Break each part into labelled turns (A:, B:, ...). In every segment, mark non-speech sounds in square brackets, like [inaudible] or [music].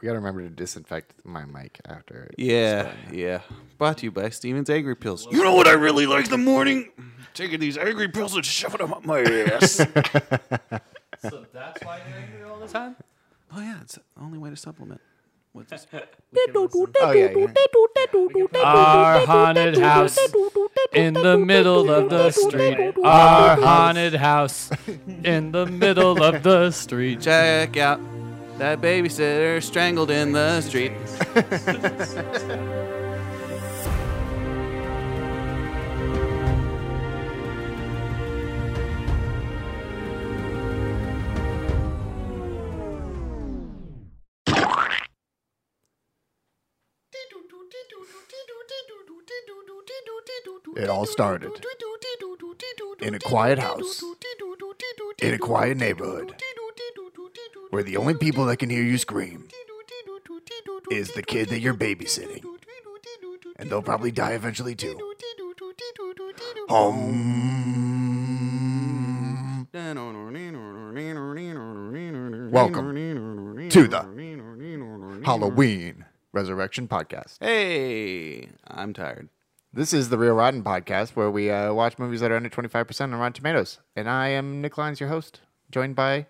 A: We gotta remember to disinfect my mic after. it.
B: Yeah, yeah. Brought to you by Steven's Angry Pills. You know what I really like in the morning? Taking these angry pills and shoving them up my [laughs] ass.
C: So that's why you're angry all the time?
B: oh yeah, it's the only way to supplement. What's this?
A: Oh yeah. yeah.
C: [laughs] Our haunted house in the middle of the street. Our haunted house in the middle of the street.
B: Check out that babysitter strangled in the street.
A: It all started in a quiet house, in a quiet neighborhood, where the only people that can hear you scream is the kid that you're babysitting. And they'll probably die eventually too. Um, Home.
B: Welcome
A: to Halloween Resurrection Podcast.
B: Hey, I'm tired.
A: This is the Real Rotten Podcast, where we uh, watch movies that are under 25% on Rotten Tomatoes. And I am Nick Lyons, your host, joined by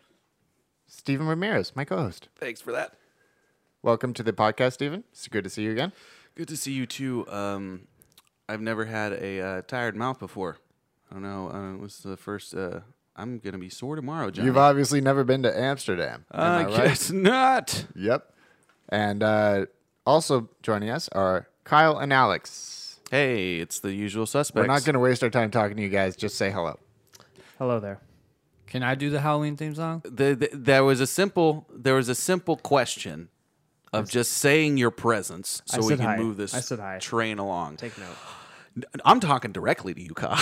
A: Stephen Ramirez, my co host.
B: Thanks for that.
A: Welcome to the podcast, Stephen. It's good to see you again.
B: Good to see you too. Um, I've never had a uh, tired mouth before. I don't know. Uh, it was the first. Uh, I'm gonna be sore tomorrow, John.
A: You've obviously never been to Amsterdam.
B: I
D: Uh,
A: Am I right?
B: guess not.
A: Yep. And uh, also joining us are Kyle and Alex.
B: Hey, it's the usual suspects.
A: We're not going to waste our time talking to you guys. Just say hello.
C: Hello there. [laughs] Can I do the Halloween theme song?
B: The, the, there was a simple. There was a simple question of just saying your presence so we
D: said
B: can
D: hi.
B: move this
D: I said hi.
B: train along.
D: Take note.
B: I'm talking directly to you, Kyle.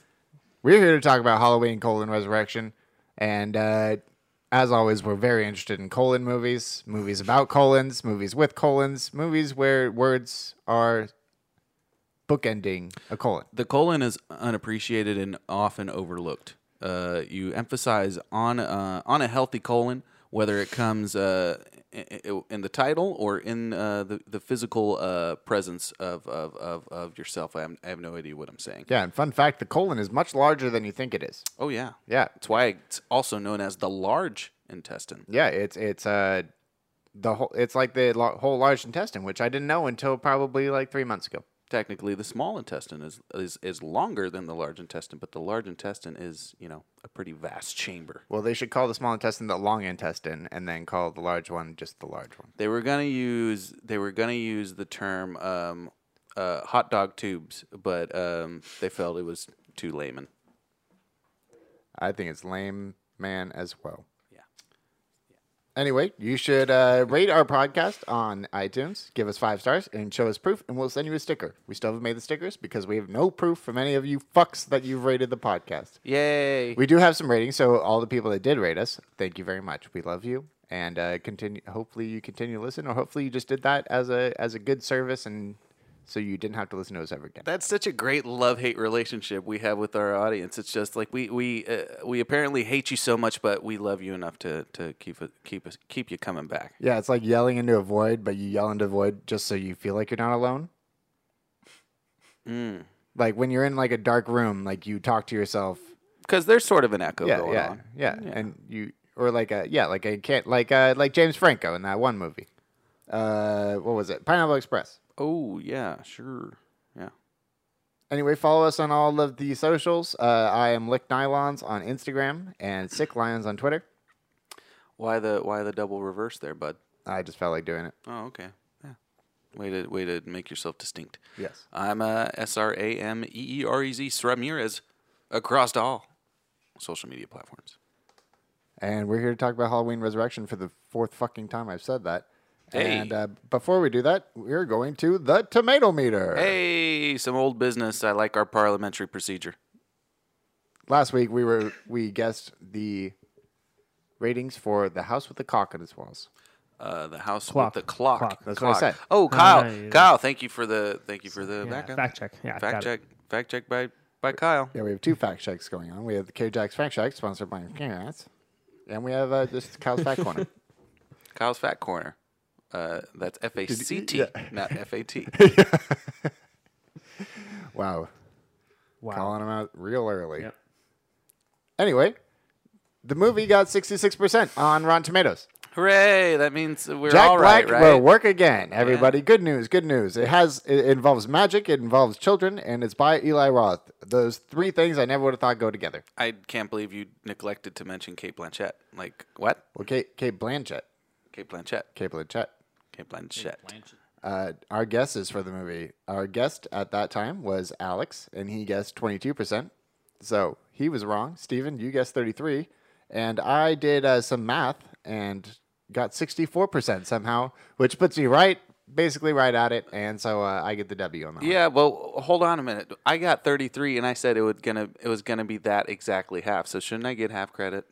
B: [laughs]
A: We're here to talk about Halloween, colon, resurrection. And uh, as always, we're very interested in colon movies, movies about colons, movies with colons, movies where words are bookending a colon.
B: the colon is unappreciated and often overlooked. Uh, you emphasize on uh, on a healthy colon, whether it comes uh, i- i- in the title or in uh, the the physical uh, presence of of, of, of yourself. I have, I have no idea what I'm saying.
A: Yeah, and fun fact the colon is much larger than you think it is.
B: Oh yeah,
A: Yeah.
B: That's why it's also known as the large intestine.
A: Yeah, it's it's uh the whole it's like the lo- whole large intestine, which I didn't know until probably like three months ago.
B: Technically, the small intestine is, is is longer than the large intestine, but the large intestine is you know a pretty vast chamber.
A: Well, they should call the small intestine the long intestine, and then call the large one just the large one.
B: They were gonna use they were gonna use the term um, uh, hot dog tubes, but um, they felt it was too layman.
A: I think it's lame man as well.
B: Yeah.
A: Anyway, you should uh, rate our podcast on iTunes, give us five stars, and show us proof, and we'll send you a sticker. We still haven't made the stickers because we have no proof from any of you fucks that you've rated the podcast.
B: Yay!
A: We do have some ratings, so all the people that did rate us, thank you very much. We love you, and uh, continue. Hopefully, you continue to listen, or hopefully, you just did that as a as a good service, and so you didn't have to listen to us ever again.
B: That's such a great love hate relationship we have with our audience. It's just like we we uh, we apparently hate you so much, but we love you enough to to keep it- keep us keep you coming back.
A: Yeah, it's like yelling into a void, but you yell into a void just so you feel like you're not alone.
B: Mm.
A: Like when you're in like a dark room, like you talk to yourself.
B: Because there's sort of an echo
A: Yeah,
B: going
A: yeah,
B: on.
A: yeah, and you or like a yeah, like a can't like uh like James Franco in that one movie. Uh, what was it? Pineapple Express.
B: Oh yeah, sure. Yeah.
A: Anyway, follow us on all of the socials. Uh, I am Lick Nylons on Instagram and Sick Lions on Twitter.
B: Why the why the double reverse there, bud?
A: I just felt like doing it.
B: Oh okay. Yeah. Way to way to make yourself distinct.
A: Yes.
B: I'm uh, S R A M E E R E Z Ramirez across all social media platforms.
A: And we're here to talk about Halloween Resurrection for the fourth fucking time I've said that.
B: Hey.
A: And uh, before we do that, we're going to the tomato meter.
B: Hey, some old business. I like our parliamentary procedure.
A: Last week we were we guessed the ratings for The House with the Cock on its walls.
B: Uh, the house
D: Clock.
B: with the clock.
D: Clock.
A: That's what I said.
B: Clock. Oh, Kyle,
D: yeah.
B: Kyle, thank you for the thank you for the
D: Yeah,
B: backup.
D: fact check. Yeah, got
B: fact
D: it.
B: check, fact check by by Kyle.
A: Yeah, we have two fact checks going on. We have the K Jack's Fact Check, sponsored by Cats, and we have uh, just Kyle's Fact Corner.
B: Kyle's fat corner. Uh, that's F A C T,
A: yeah.
B: not F
A: [laughs]
B: A T.
A: Wow.
E: Wow.
A: Calling him out real early.
E: Yep.
A: Anyway, the movie got 66% on Rotten Tomatoes.
B: Hooray! That means we're
A: Jack
B: all right,
A: Black
B: right?
A: will work again, everybody. Good news, good news. It has it involves magic, it involves children, and it's by Eli Roth. Those three things I never would have thought go together.
B: I can't believe you neglected to mention Kate Blanchett. Like what?
A: Well, Kate, Kate Blanchett,
B: Kate Blanchett.
A: Kate Blanchett.
B: Kate Blanchett.
A: Uh, our guesses for the movie. Our guest at that time was Alex, and he guessed 22%. So he was wrong. Steven, you guessed 33. And I did uh, some math and got 64% somehow, which puts me right, basically right at it. And so uh, I get the W on that one.
B: Yeah, well, hold on a minute. I got 33, and I said it would gonna it was gonna be that exactly half. So shouldn't I get half credit?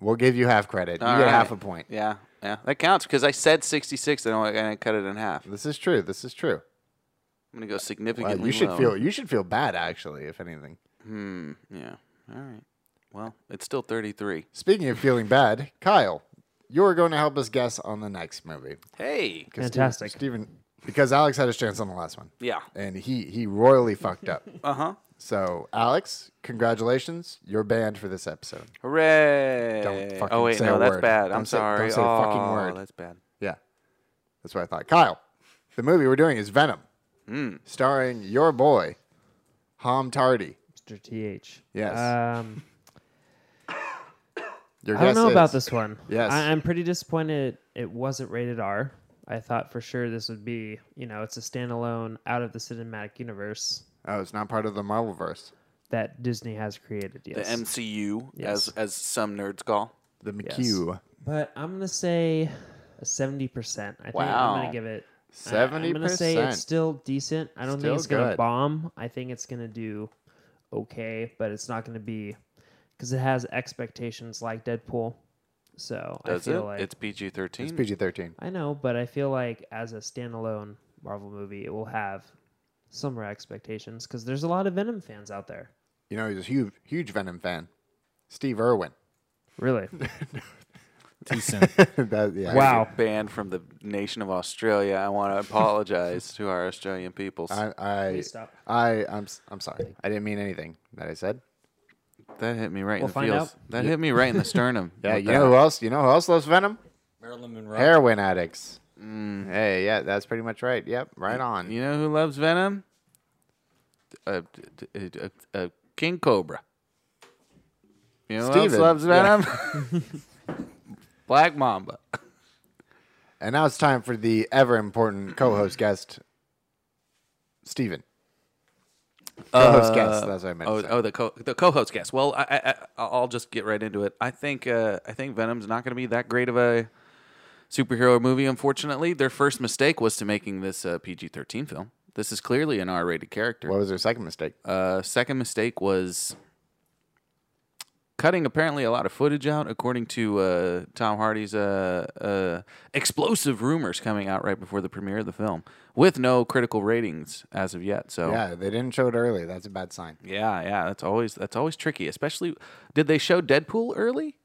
A: We'll give you half credit. You
B: All
A: get
B: right.
A: half a point.
B: Yeah, yeah, that counts because I said 66, and I and I cut it in half. I'm
A: This is true. This is true.
B: gonna go
A: Wow,
B: significantly.
A: you should
B: lower.
A: feel you should feel bad actually, if anything.
B: Hmm. Yeah. All right. Well, it's still 33.
A: Speaking of feeling bad, Kyle, you're going to help us guess on the next movie.
B: Hey.
A: 'Cause Ste-
E: Fantastic.
A: Steven, because Alex had his chance on the last one.
B: Yeah.
A: And he he royally fucked up.
B: [laughs] Uh huh.
A: So Alex, congratulations. You're banned for this episode.
B: Hooray!
A: fucking
B: oh wait,
A: say
B: no,
A: a
B: that's
A: word.
B: bad. I'm
A: Don't say- don't
B: sorry.
A: say a
B: oh,
A: fucking word.
B: that's bad.
A: Yeah. That's what I thought. Kyle, the movie we're doing is Venom.
B: Hmm.
A: Starring your boy, Hom Tardy.
D: Mr. TH.
A: Yes.
D: Um,
A: Your
D: I don't
A: guess
D: know about
A: is-
D: this one.
A: Yes.
D: I, I'm pretty disappointed it wasn't rated R. I thought for sure this would be, you know, it's a standalone out of the cinematic universe
A: Oh, it's not part of the Marvel verse.
D: that Disney has created.
B: The
D: Yes.
B: MCU,
D: Yes.
B: as as some nerds call.
A: The
D: Yes.
A: McHugh.
D: but I'm gonna say a seventy percent. I think
B: Wow.
D: I'm gonna give it. I- I'm gonna say
A: 70%.
D: it's still decent. I don't
A: Still
D: think it's gonna
A: good.
D: bomb. I think it's gonna do okay, but it's not gonna be because it has expectations like Deadpool. So
B: Does
D: I
B: it?
D: feel like
B: it's PG
A: It's
B: thirteen.
A: PG 13.
D: I know, but I feel like as a standalone Marvel movie, it will have similar expectations because there's a lot of Venom fans out there.
A: You know, he's a huge, huge Venom fan. Steve Irwin. [laughs]
B: [laughs]
D: Really?
E: Too soon.
A: That- yeah.
B: Banned from the nation of Australia. I [laughs] want to apologize to our Australian peoples.
A: I, I,
D: Please stop.
A: I, I'm, s- I'm sorry. I didn't mean anything that I said.
B: that hit me right
D: We'll
B: in the
D: find
B: feels. That hit me
A: [laughs]
B: right in the sternum.
A: Yeah,
B: With
A: Uh, you
B: that.
A: know who else? You know who else loves Venom?
E: Marilyn Monroe.
A: Heroin addicts.
B: Mm.
A: Hey, yeah, that's pretty much right. Yep, right on.
B: You know who loves Venom? A, a, a, a king cobra. You know who else
A: Steven.
B: loves
A: Yeah.
B: Venom?
A: [laughs]
B: Black Mamba.
A: And now it's time for the ever important co-host guest, Steven. Co-host guest. That's what I meant.
B: Oh,
A: to say.
B: oh, the co the co-host guess. Well, I, I I- I'll just get right into it. I think uh, I think Venom's not going to be that great of a superhero movie. Unfortunately, their first mistake was to making this uh, PG thirteen film. This is clearly an R rated character.
A: What was their second mistake?
B: Uh, second mistake was cutting apparently a lot of footage out, according to uh, Tom Hardy's uh, uh, explosive rumors coming out right before the premiere of the film, with no critical ratings as of yet. So
A: Yeah, they didn't show it early. That's a bad sign.
B: yeah, yeah, that's always that's always tricky. Especially, did they show Deadpool early?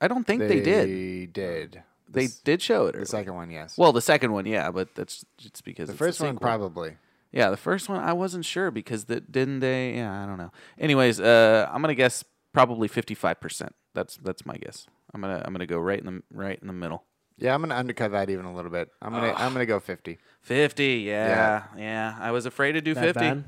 B: I don't think they, did.
A: They did.
B: They did show it early.
A: The second one, yes.
B: well, the second one, yeah, but that's just because
A: the
B: it's
A: first one,
B: sequel.
A: probably.
B: Yeah, the first one I wasn't sure because that didn't they? Yeah, I don't know. Anyways, uh, I'm gonna guess probably 55. percent That's that's my guess. I'm gonna I'm gonna go right in the right in the middle.
A: Yeah, I'm gonna undercut that even a little bit. I'm gonna I'm gonna go 50.
B: 50. Yeah, yeah. I was afraid to do
D: That
B: 50.
D: bad?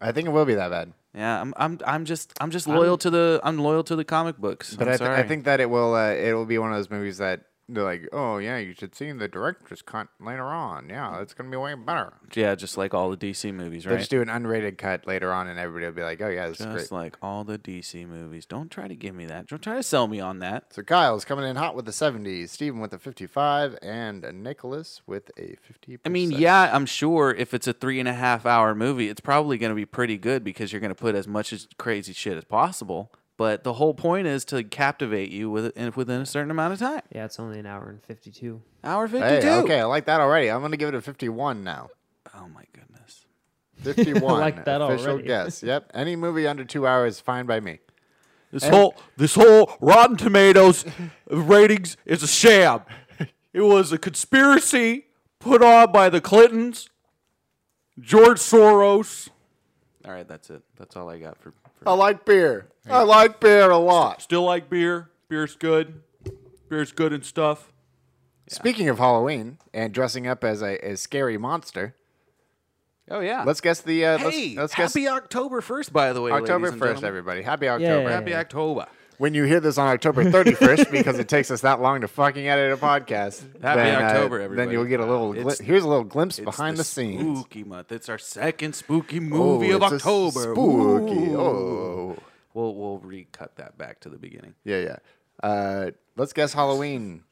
A: I think it will be that bad.
B: Yeah, I'm I'm I'm just I'm just loyal to the I'm loyal to the comic books.
A: But
B: I'm
A: I, th- I
B: sorry.
A: think that it will uh, it will be one of those movies that they're like, oh yeah, you should see the director's cut later on. Yeah, it's gonna be way better.
B: yeah, just like all the DC movies,
A: They'll
B: right?
A: just do an unrated cut later on, and everybody will be like, oh yeah, this is great.
B: Just like all the DC movies. Don't try to give me that. Don't try to sell me on that.
A: so Kyle's coming in hot with the 70s, Steven with a 55, and Nicholas with a 50.
B: I mean, yeah, I'm sure if it's a three and a half hour movie, it's probably going to be pretty good because you're going to put as much as crazy shit as possible. But the whole point is to captivate you with and within a certain amount of time.
D: Yeah, it's only an hour and fifty-two.
B: Hour
A: Hey,
B: fifty-two.
A: okay, I like that already. I'm gonna give it a 51 now.
B: Oh my goodness.
A: 51.
D: like that
A: official
D: already.
A: guess. Yep. Any movie under two hours, fine by me.
B: This whole this whole Rotten [laughs] Tomatoes ratings is a sham. It was a conspiracy put on by the Clintons, George Soros. All right, that's it. That's all I got for. for
A: I like beer. I like beer a lot.
B: Still like beer. Beer's good. Beer's good and stuff.
A: Speaking of Halloween and dressing up as a, a scary monster,
B: Oh yeah.
A: let's guess the. Uh,
B: hey,
A: let's, let's guess
B: happy October first, by the way. ladies
A: October
B: and
A: first,
B: gentlemen.
A: everybody. Happy October.
D: Yeah.
B: Happy October.
A: When you hear this on October 31st, because it takes us that long to fucking edit a podcast,
B: Happy
A: then, uh,
B: October,
A: Then
B: everybody.
A: you'll get a little.
B: It's-
A: Gli- here's a little glimpse
B: It's
A: behind the, scenes.
B: Spooky month. It's our second spooky
A: Oh,
B: movie of
A: it's a
B: October.
A: Spooky.
B: Ooh.
A: Oh,
B: We'll we'll recut that back to the beginning.
A: yeah, yeah. Uh, let's guess Halloween.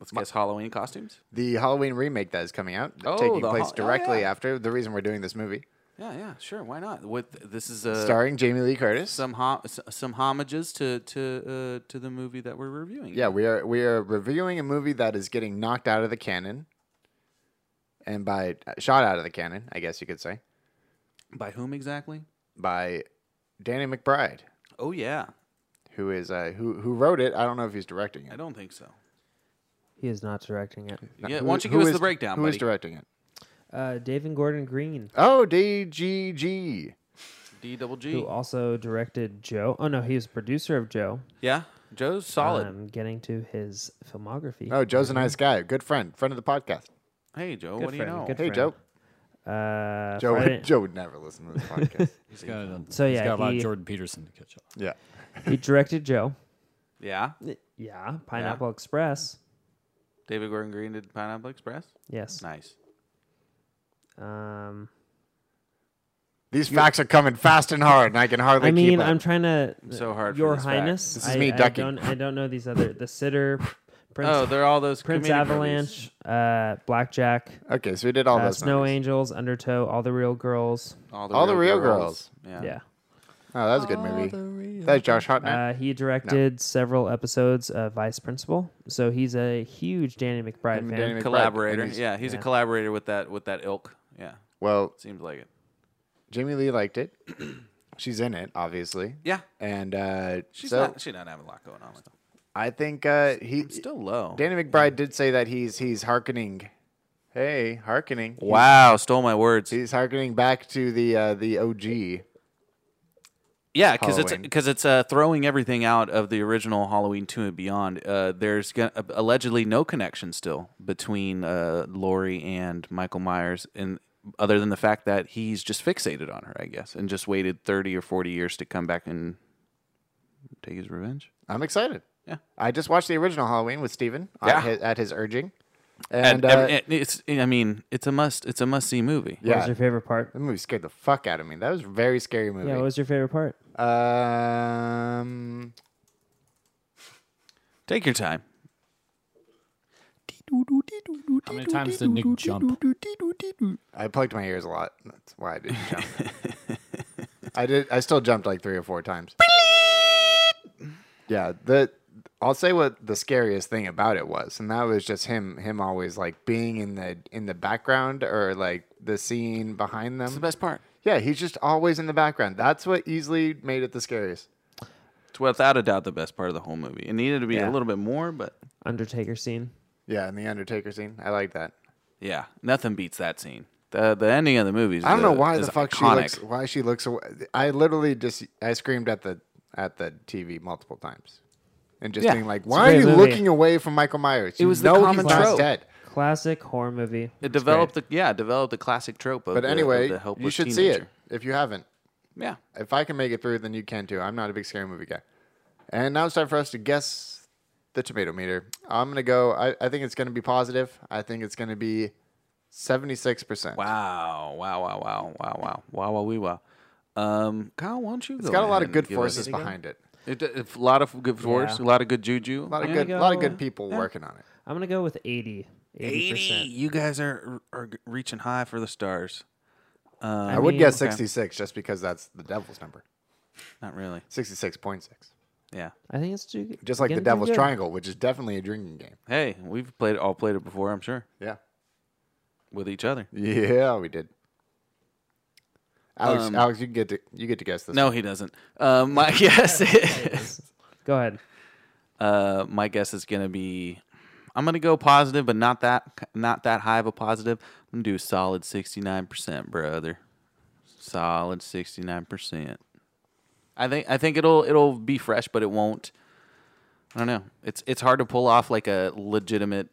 B: Let's guess Halloween costumes.
A: The Halloween remake that is coming out,
B: Oh,
A: taking
B: the
A: place
B: Hall- oh,
A: directly
B: yeah.
A: after the reason we're doing this movie,
B: Yeah, yeah, sure. Why not? With this is uh,
A: starring Jamie Lee Curtis.
B: some ho- s- some homages to to uh, to the movie that we're reviewing.
A: yeah, we are we are reviewing a movie that is getting knocked out of the canon, and by shot out of the canon, I guess you could say,
B: By whom exactly?
A: by Danny McBride,
B: Oh yeah,
A: who is uh, who who wrote it. I don't know if he's directing
B: I
A: it.
B: don't think so.
D: He is not directing it.
A: No,
B: yeah,
A: who-
B: why don't you
A: who
B: give us
A: is-
B: the breakdown,
A: Who is
B: buddy?
A: directing it?
D: Uh, David Gordon Green,
A: Oh, DGG.
B: D double G.
D: who also directed Joe. Oh no, he was producer of Joe.
B: Yeah, Joe's solid.
D: I'm Um, getting to his filmography.
A: Oh, Joe's a nice guy, good friend, friend of the podcast.
B: hey Joe,
D: Good
B: what do you
D: friend,
B: know?
D: good
A: Hey,
D: friend.
A: Joe.
D: Uh,
A: Joe
D: Friday-
A: would, [laughs] Joe would never listen
D: [laughs]
A: to this podcast.
C: He's got, um,
D: So, yeah,
C: he's got a lot
D: he-
C: of Jordan Peterson to catch up.
A: yeah.
D: he directed Joe.
B: Yeah,
D: Yeah, Pineapple Express.
B: David Gordon Green did Pineapple Express.
D: Yes.
B: Nice.
D: Um,
A: These facts are coming fast and hard, and I can hardly
D: I mean,
A: keep up.
D: I'm trying to.
B: so hard for
D: Uh, Your
B: this fact.
D: Highness.
A: This is
D: I,
A: me
D: I
A: ducking.
D: Don't, I don't know these other.
A: [laughs]
D: The Sitter, Prince,
B: oh, they're all those
D: Prince
B: comedic
D: Avalanche,
B: movies.
D: uh, Blackjack,
A: okay, so we did all
D: uh,
A: those.
D: Snow
A: numbers.
D: Angels, Undertow, All the Real Girls.
B: All the
A: All
B: real,
A: the Real
B: girls.
D: Yeah.
B: Yeah.
A: Oh, that was a good movie. That's Josh Hartnett.
D: Uh, he directed several episodes of Vice Principal, so he's a huge Danny McBride
A: Him and
D: fan.
A: Danny McBride.
B: Collaborator.
A: And he's-
B: yeah, he's
D: yeah.
B: a collaborator with that with that ilk. Yeah,
A: Well,
B: seems like it.
A: Jamie Lee liked it. [clears throat] She's in it, obviously.
B: Yeah,
A: And uh,
B: she's
A: so
B: not. She not having a lot going on. With them.
A: I think uh, he
B: Still low.
A: Danny McBride did say that he's he's hearkening. Hey, hearkening. He's-
B: Wow, stole my words.
A: He's hearkening back to the uh, the OG.
B: Yeah, because it's
A: Halloween.
B: because it's uh, throwing everything out of the original Halloween two and beyond. Uh, there's gonna, allegedly no connection still between uh, Laurie and Michael Myers, and other than the fact that he's just fixated on her, I guess, and just waited thirty or forty years to come back and take his revenge.
A: I'm excited.
B: Yeah.
A: I just watched the original Halloween with Steven
B: Yeah.
A: at, his, at his urging. And,
B: And,
A: uh,
B: every- and it's I mean it's a must it's a must see movie.
D: What was
A: yeah,
D: your favorite part?
A: that movie scared the fuck out of me. That was a very scary movie.
D: Yeah, what was your favorite part?
A: Um,
B: Take your time.
C: How many times did Nick jump?
A: I plugged my ears a lot. That's why I didn't jump. I did. I still jumped like three or four times. yeah, the I'll say what the scariest thing about it was, and that was just him. Him always like being in the in the background or like the scene behind
B: It's the
A: them.
B: best part.
A: Yeah, he's just always in the background. That's what easily made it the scariest.
B: It's without a doubt the best part of the whole movie. It needed to be
A: Yeah.
B: a little bit more, but
D: Undertaker scene.
A: Yeah, and the Undertaker scene. I like that.
B: Yeah, nothing beats that scene. the The ending of the movie. Is
A: I don't know
B: the-
A: why
B: is
A: the fuck
B: iconic.
A: she looks. Why she looks away. I literally just I screamed at the at the TV multiple times, and just
B: Yeah.
A: being like,
B: It's a
A: "Why are
D: great
A: you
D: movie.
A: looking away from Michael Myers? You
B: was the
A: know
B: common
A: he's not
B: trope.
A: dead."
D: Classic horror movie.
B: It developed the yeah, it developed the classic trope of.
A: But
B: the,
A: anyway,
B: of the helpless
A: you should
B: teenager.
A: see it if you haven't.
B: Yeah,
A: If I can make it through, then you can too. I'm not a big scary movie guy. And now it's time for us to guess the tomato meter. I'm gonna go. I, I think it's gonna be positive. I think it's gonna be seventy six percent.
B: wow, wow, wow, wow, wow, wow, wow, wow, wee, wow. Um, Kyle, why don't you?
A: It's got a lot of good forces behind it.
B: It, it, a lot of good force,
D: Yeah.
B: a lot of good juju,
A: A lot of
B: Yeah.
A: good, a lot of
D: go-
A: good people working on it.
D: I'm gonna go with 80. 80.
B: Eighty. You guys are are reaching high for the stars.
A: I, would guess
B: okay.
A: 66 just because that's the devil's number.
B: Not really.
A: 66.6.
B: Yeah.
D: I think it's too.
A: Just like the
D: gonna do
A: devil's
D: good.
A: triangle, which is definitely a drinking game.
B: Hey, we've played all played it before. I'm sure
A: Yeah.
B: with each other.
A: Yeah, we did. Alex,
B: Um,
A: Alex, you get to you get to guess this.
B: No, he doesn't. Uh,
A: [laughs]
B: my guess is
D: Go ahead.
B: Uh, my guess is going to be. I'm gonna go positive, but not that not that high of a positive. I'm gonna do a solid 69%, brother. Solid 69%. I think I think it'll it'll be fresh, but it won't. I don't know. It's it's hard to pull off like a legitimate,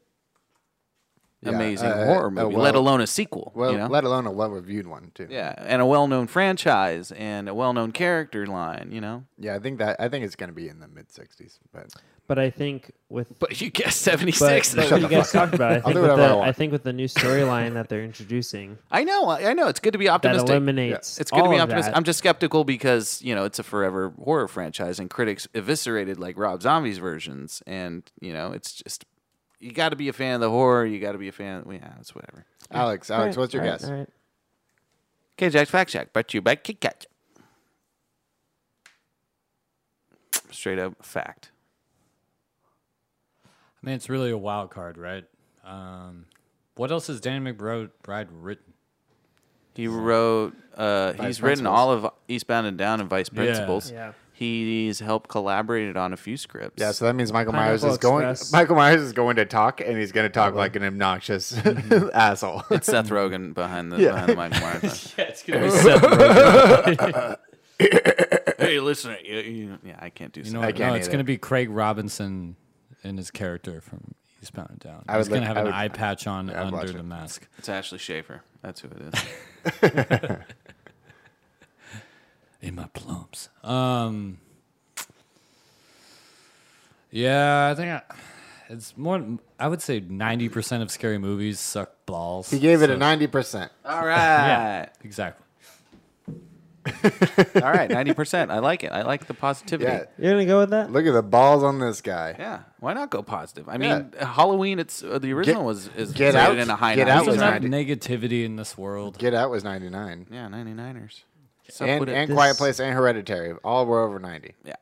B: amazing
A: uh,
B: horror
A: uh,
B: movie,
A: well-
B: let alone a sequel.
A: Well,
B: you know?
A: let alone a well-reviewed one too.
B: yeah, and a well-known franchise and a well-known character line. You know,
A: Yeah, I think that I think it's going to be in the mid 60s, but
D: But I think with
B: but you guessed 76.
D: but, but what you guys talked about, it, I think
A: do
D: with
A: whatever I
D: the, I,
A: want.
D: think with the new storyline that
B: [laughs]
D: they're introducing,
B: I know, I I know. It's good to be
D: that
B: optimistic.
D: eliminates
B: It's good to
D: all
B: be
D: of
B: optimistic.
D: that.
B: I'm just skeptical because you know it's a forever horror franchise, and critics eviscerated like Rob Zombie's versions, and you know it's just you got to be a fan of the horror. You got to be a fan. Yeah, it's whatever.
A: Alex,
D: All
A: Alex,
D: right,
A: what's your
D: all right,
A: guess?
D: all right.
B: K Jack's Fact Check, brought to you by Kit Kat. Straight up fact.
C: I mean, it's really a wild card, right? Um, what else has Danny McBride Bride written?
B: He wrote. Uh, he's written
A: Principals.
B: all of Eastbound and Down and Vice Principals.
D: Yeah.
B: He's helped collaborated on a few scripts.
A: Yeah, so that means Michael Myers
D: Pineapple
A: is going.
D: Express.
A: Michael Myers is going to talk, and he's going to talk like an obnoxious [laughs]
D: Mm-hmm.
A: asshole. [laughs]
B: It's Seth Rogen behind the
A: Yeah.
B: behind the Michael Myers. one. [laughs]
C: Yeah, it's gonna be Seth Rogen.
A: [laughs]
B: hey, listen, you, you- yeah, I can't do
C: You know,
A: I
C: what? no,
A: can't
C: it's
A: either.
C: gonna be Craig Robinson and his character from Eastbound and Down.
A: I
C: He's
A: would look-
C: gonna have
A: I
C: an
A: would-
C: eye patch on
A: I'd watch
C: under
A: it.
C: the mask.
B: It's Ashley Schaefer. That's who it is.
C: in my plumps. Um, yeah, I think I, it's more. I would say ninety percent of scary movies suck balls.
A: he gave it a
C: so-
A: ninety percent.
B: [laughs] All
C: Yeah,
B: right,
C: exactly.
B: all right, ninety percent. I like it. I like the positivity.
A: Yeah,
B: Yeah.
D: You're gonna go with
A: [laughs]
D: that?
A: look at the balls on this guy.
B: why not go positive? I mean, Halloween. It's uh, the original was is
A: Get
B: rated
A: Out-
B: in a high.
A: Get
B: 90s,
A: Out
C: There's
A: was
C: enough
B: right?
A: 90.
C: negativity in this world.
A: Get Out was ninety nine,
B: Yeah, 99ers. What's up
A: and
B: with it?
A: and
D: This-
A: Quiet Place and Hereditary, all were over ninety.
B: yeah,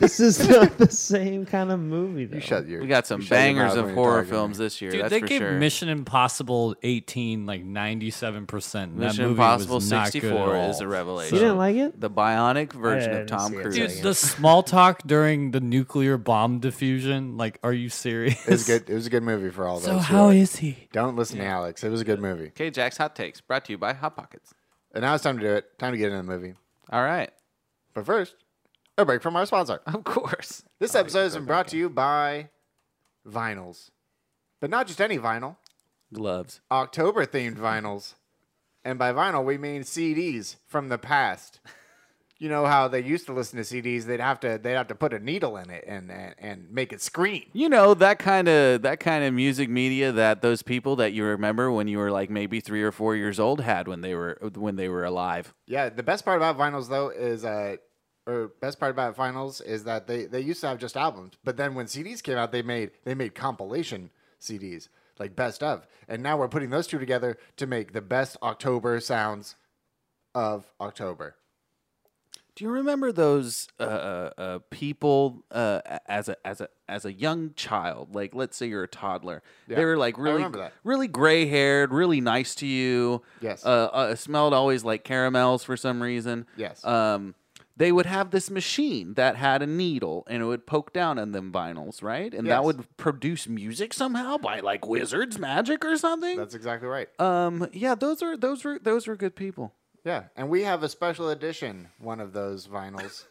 D: This is not the same kind of movie. Though.
A: You shut your.
B: Oh, we got some
A: you shut your
B: bangers
A: mouth
B: of
A: when you're
B: horror
A: talking.
B: films this year.
C: Dude,
B: that's
C: they
B: for
C: gave
B: sure.
C: Mission Impossible 18 like 97 percent.
B: Mission
C: that movie
B: Impossible
C: was not
B: 64
C: good at
B: is
C: all.
B: a revelation.
D: You didn't like it?
B: the bionic version
D: Yeah, I
B: of
D: didn't
B: Tom
D: see it.
B: Cruise.
C: Dude,
D: Yeah.
C: the small talk during the nuclear bomb diffusion. Like, are you serious?
A: It was good. It was a good movie for all those.
C: [laughs] So
A: who
C: how
A: were-
C: is he?
A: Don't listen to Alex. It was a good movie.
B: Okay, Jack's hot takes brought to you by Hot Pockets.
A: And now it's time to do it. Time to get into the movie.
B: All right, [laughs]
A: But first, a break from our sponsor.
B: of course.
A: This episode has been brought to you by Vinyls, but not just any vinyl.
B: Gloves.
A: October themed
B: [laughs]
A: vinyls. And by vinyl, we mean CDs from the past. You know how they used to listen to CDs, they'd have to they'd have to put a needle in it and and, and make it scream.
B: You know that kind of that kind of music media that those people that you remember when you were like maybe three or four years old had when they were when they were alive.
A: Yeah, the best part about vinyls though is uh or best part about vinyls is that they they used to have just albums, but then when CDs came out, they made they made compilation CDs like best of, and now we're putting those two together to make the best October sounds of October.
B: Do you remember those uh, uh, uh, people uh, a- as a as a as a young child? Like, let's say you're a toddler. They
A: Yeah,
B: were like really
A: remember that.
B: really gray haired, really nice to you.
A: Yes.
B: Uh, uh, smelled always like caramels for some reason.
A: Yes.
B: Um, they would have this machine that had a needle and it would poke down on them vinyls, right? And that
A: Yes.
B: would produce music somehow by like wizards magic or something.
A: That's exactly right.
B: um, yeah, those are those were those were good people.
A: Yeah, and we have a special edition one of those vinyls.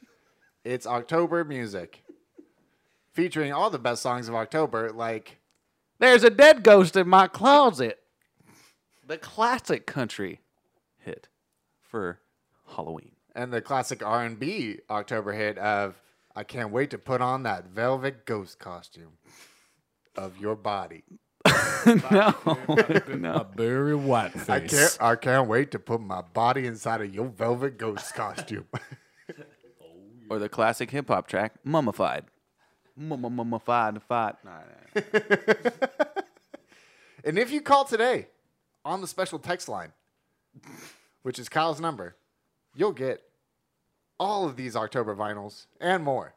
A: it's October music, featuring all the best songs of October, like
B: There's a dead ghost in my closet. The classic country hit for Halloween.
A: and the classic R and B October hit of "I Can't Wait to Put On That Velvet Ghost Costume of Your Body."
B: [laughs] no, [laughs] no.
C: A very white face.
A: I can't, I can't wait to put my body inside of your velvet ghost costume. [laughs]
B: Or the classic hip hop track, Mummified. Mummified, fight. No, no, no.
A: and if you call today on the special text line, which is Kyle's number, you'll get all of these October vinyls and more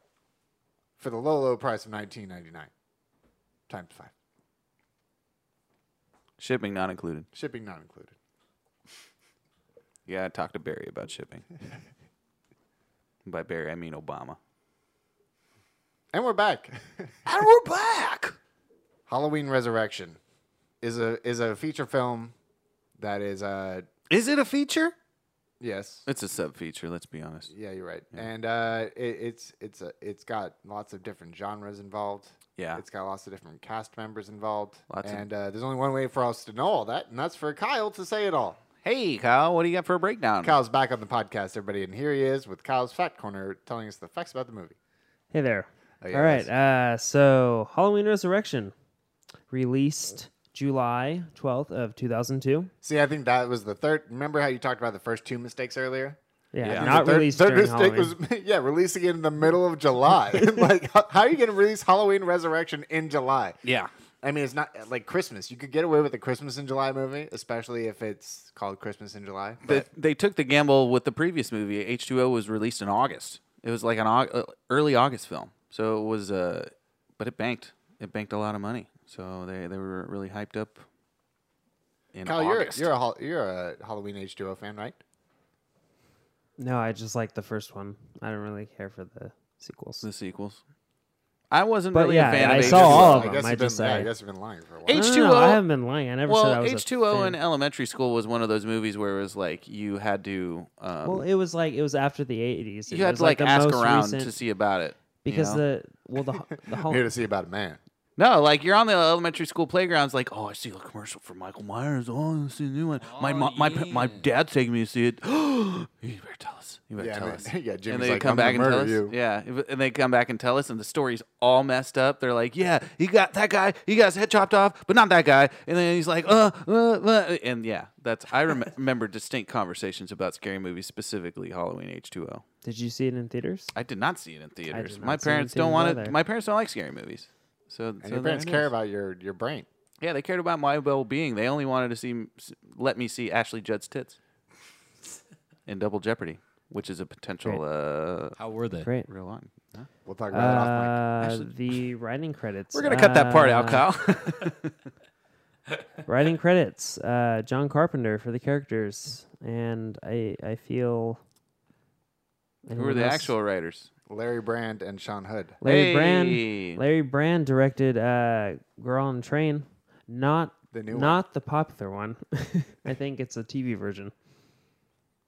A: for the low, low price of nineteen ninety nine. Times five.
B: Shipping not included.
A: Shipping not included.
B: Yeah, I talked to Barry about
A: [laughs]
B: shipping. By Barry, I mean Obama.
A: And we're back. [laughs]
B: And we're back.
A: Halloween Resurrection is a is a feature film that is uh
B: Is it a feature?
A: yes
B: It's a sub feature. Let's be honest.
A: yeah you're right and uh it, it's it's a, it's got lots of different genres involved
B: Yeah.
A: it's got lots of different cast members involved
B: Lots of-
A: and uh, there's only one way for us to know all that and that's for Kyle to say it all
B: Hey, Kyle, what do you got for a breakdown?
A: Kyle's back on the podcast everybody and here he is with Kyle's Fat Corner telling us the facts about the movie
D: Hey there.
A: Oh, yeah,
D: All right. Uh, so Halloween Resurrection released July 12th of 2002.
A: see I think that was the third remember how you talked about the first two mistakes earlier
D: Yeah,
B: Yeah.
A: The
D: not
A: third-
D: released
A: third
D: during
A: mistake
D: Halloween.
A: was [laughs] yeah, releasing it in the middle of July. [laughs] like, h- how are you going to release Halloween Resurrection in July?
B: Yeah.
A: I mean, it's not like Christmas. You could get away with a Christmas in July movie, especially if it's called Christmas in July.
B: They,
A: But
B: they took the gamble with the previous movie. H2O was released in August. It was like an Au- uh, early August film. So it was, uh, but it banked. It banked a lot of money. So they, they were really hyped up in
A: Kyle, you're
B: August.
A: you're a hol- you're a Halloween H two O fan, right?
D: No, I just like the first one. I don't really care for the sequels.
B: the sequels. I wasn't
D: But
B: really
D: yeah,
B: a fan
D: I
B: of
D: saw
B: H2O.
D: all of
A: I
D: them,
A: guess
D: I
A: you've been,
D: just
A: yeah, I
D: say.
A: guess you've been lying for a while.
D: No, no, no,
B: H2O
D: I haven't been lying. I never said I
B: Well,
D: was a
B: H two O
D: fan.
B: in elementary school was one of those movies where it was like you had to, um,
D: Well, it was like it was after the 80s.
B: you
D: It
B: had
D: was
B: to like,
D: the
B: ask
D: most
B: around
D: recent-
B: to see about it you
D: because
B: know?
D: the
B: [laughs]
D: well the the
A: I'm here
D: whole
A: to see about a man.
B: No, like you're on the elementary school playgrounds, like, oh, I see a commercial for Michael Myers. Oh, I see a new one. my mo- my pa- my dad's taking me to see it. [gasps] you better tell us. You better
A: Yeah,
B: tell
A: and
B: us.
A: then- [laughs] yeah, Jimmy's
B: and they
A: like,
B: come
A: "I'm
B: back
A: gonna
B: and tell us.
A: murder you.
B: Yeah, if- and they come back and tell us, and the story's all messed up. They're like, yeah, he got that guy. He got his head chopped off, but not that guy. And then he's like, uh, uh, uh. and yeah, that's I rem- [laughs] remember distinct conversations about scary movies, specifically Halloween H two O.
D: Did you see it in theaters?
B: I did not see it in theaters.
D: not
B: My
D: see it in
B: parents don't
D: theaters
B: want
D: either.
B: to. My parents don't like scary movies. So,
A: And your parents care about your your brain.
B: yeah, they cared about my well-being. They only wanted to see let me see Ashley Judd's tits [laughs] in Double Jeopardy, which is a potential uh,
C: How were they?
D: Great.
B: real on. Huh?
A: We'll talk about it off mic.
D: Uh, the writing credits.
B: We're gonna cut that part out,
D: uh, [laughs]
B: Kyle. [laughs]
D: Writing credits. Uh, John Carpenter for the characters, and I I feel.
B: Who are
D: anyone
B: the
D: else?
B: actual writers?
D: Uh,
A: Larry Brand and Sean Hood.
D: Larry
B: Hey.
D: Brand. Larry Brand directed uh, Girl on Train, not
A: The new one.
D: not the popular one. [laughs] I think it's a TV version.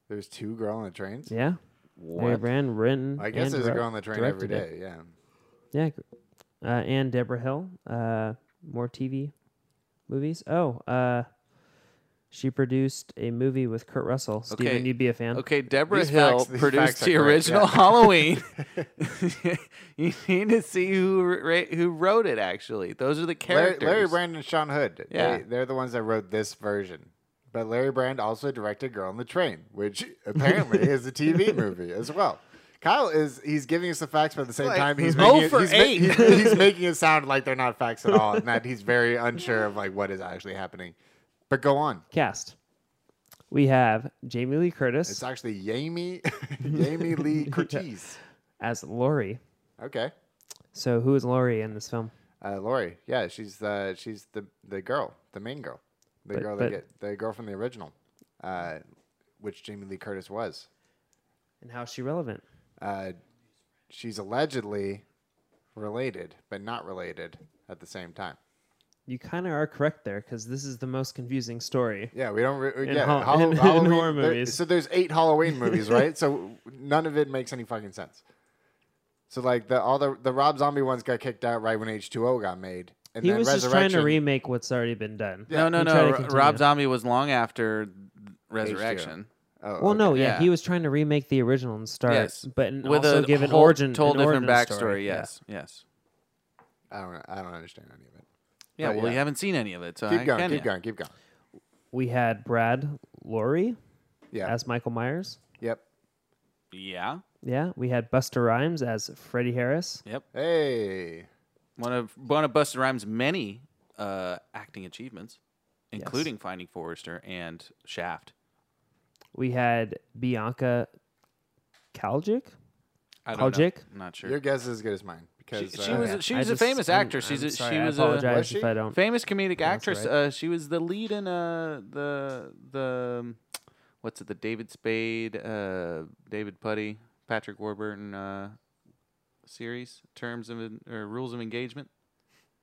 A: There's two girl on the trains.
D: Yeah. Larry Brand written.
A: I guess
D: and
A: there's a
D: dir-
A: girl on the train every
D: directed
A: day.
D: it.
A: Yeah.
D: Yeah. gr- Uh, and Deborah Hill. Uh, more TV movies. Oh, uh, she produced a movie with Kurt Russell. Steven,
B: Okay.
D: you'd be a fan.
B: Okay, Deborah
A: These
B: Hill
A: facts- these
B: produced
A: facts are
B: the
A: great,
B: original
A: yeah. [laughs]
B: Halloween. [laughs] you need to see who ra- who wrote it. Actually, those are the
A: Larry,
B: characters.
A: Larry Brand and Sean Hood.
B: Yeah.
A: They, they're the ones that wrote this version. But Larry Brand also directed Girl on the Train, which
B: [laughs]
A: apparently is a TV movie as well. Kyle is he's giving us the facts, but at the same
B: Like,
A: time he's
B: oh
A: making it,
B: for
A: he's, ma-
B: eight.
A: he's- [laughs]
B: [laughs]
A: he's making it sound like they're not facts at all, and that he's very unsure of like what is actually happening. But go on.
D: Cast. We have Jamie Lee Curtis
A: It's actually Jamie [laughs] Jamie
B: [laughs]
A: Lee Curtis.
D: as Laurie.
A: Okay,
D: So who is Laurie in this film?
A: uh, Lori. Yeah, she's uh, she's the the girl, the main girl, the
D: But-
A: girl that
D: but-
A: get, the girl from the original, uh, which Jamie Lee Curtis was.
D: And how is she relevant?
A: uh, she's allegedly related, but not related at the same time.
D: You kind of are correct there because this is the most confusing story.
A: Yeah, we don't. Re-
D: In
A: yeah,
D: hol-
A: Hall-
D: in- in
A: Halloween,
D: horror
A: there-
D: movies.
A: so there's eight
D: [laughs]
A: Halloween movies, right? so none of it makes any fucking sense. So like the all the the Rob Zombie ones got kicked out right when H two O got made, and
D: he
A: then
D: was just trying to
A: Resurrection-
D: remake what's already been done.
B: no, no,
D: He tried to
B: no. Ro-
D: continue.
B: Rob Zombie was long after Resurrection.
A: Oh,
D: Well, no, yeah,
B: yeah.
D: he was trying to remake the original and start,
B: Yes,
D: but n-
B: with
D: also
B: a
D: give an
B: whole,
D: origin,
B: told
D: an
B: different
D: origin
B: backstory.
D: story. yeah.
B: Yes, yes.
A: I don't. I don't understand any of it.
B: Yeah,
A: But
B: well, you
A: yeah.
B: haven't seen any of it, so
A: Keep
B: I
A: going.
B: can
A: Keep
B: ya.
A: going. Keep going.
D: We had Brad Laurie
A: Yeah.
D: as Michael Myers.
A: yep.
B: Yeah,
D: Yeah, we had Buster Rhymes as Freddie Harris.
B: yep.
A: Hey.
B: One of one of Buster Rhymes' many uh, acting achievements, including Finding Forrester and Shaft.
D: We had Bianca Kaljic.
B: I
D: don't know. Kojic?
B: I'm not sure.
A: Your guess is as good as mine
B: she,
A: because
B: she
A: uh,
B: was
D: yeah.
B: a, she
D: I
B: was
D: just-
B: a famous
D: I'm-
B: actor. She's
D: I'm
B: a,
D: sorry,
B: she
D: I
B: was
D: apologize
B: a
A: Was
D: if
A: she?
D: I don't.
B: famous comedic actress.
D: right.
B: Uh, she was the lead in uh, the the um, what's it? The David Spade, uh, David Putty, Patrick Warburton uh, series, Terms of En- or Rules of Engagement.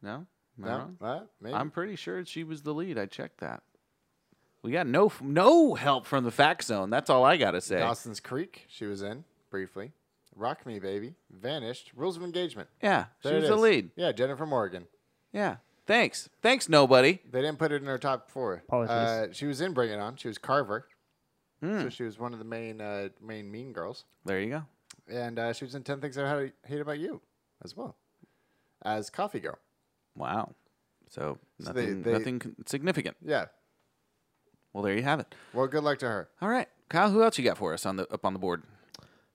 B: No, Am I
A: No,
B: wrong?
A: uh, maybe.
B: I'm pretty sure she was the lead. I checked that. We got no f- no help from the fact zone. That's all I gotta say.
A: Dawson's Creek, she was in briefly. Rock Me Baby, Vanished, Rules of Engagement.
B: Yeah, she
A: There it
B: was the
A: is.
B: lead.
A: Yeah, Jennifer Morgan.
B: Yeah. Thanks. Thanks, nobody.
A: They didn't put it in her top four.
D: Apologies.
A: Uh, she was in Bring It On. She was Carver.
B: Hmm.
A: So she was one of the main uh, main mean girls.
B: There you go.
A: And uh, she was in 10 Things I Had- Hate About You as well as Coffee Girl.
B: Wow. So
A: So they-
B: nothing,
A: they-
B: nothing con- significant.
A: Yeah.
B: Well, there you have it.
A: Well, good luck to her.
B: All right, Kyle. Who else you got for us on the up on the board?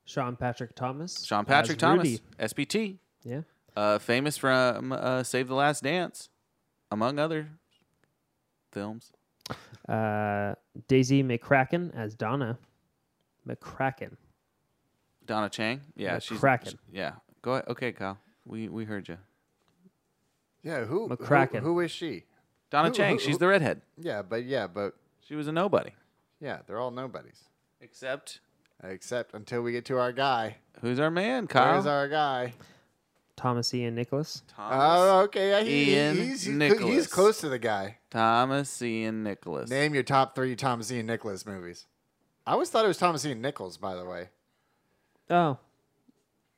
D: Sean Patrick Thomas.
B: Sean
D: as
B: Patrick Thomas,
D: Rudy.
B: SPT,
D: Yeah.
B: uh, famous from uh, Save the Last Dance, among other films.
D: Uh, Daisy McCracken as Donna. McCracken.
B: Donna Chang. Yeah, she's
D: McCracken.
B: Yeah. Go ahead. Okay, Kyle. We we heard you.
A: Yeah, who, who-
D: McCracken.
A: who is she?
B: Donna
A: Who-
B: Chang.
A: who-
B: she's
A: who-
B: the redhead.
A: Yeah, but yeah, but
B: She was a nobody.
A: yeah, they're all nobodies.
B: Except
A: Except until we get to our guy.
B: who's our man, Kyle?
A: Where's our guy?
D: Thomas Ian Nicholas.
B: Thomas,
A: Oh, okay. Yeah, he,
B: Uh, Ian
A: he's, he's,
B: Nicholas.
A: he's close to the guy.
B: Thomas Ian Nicholas.
A: Name your top three Thomas Ian Nicholas movies. I always thought it was Thomas Ian Nichols, by the way.
D: Oh,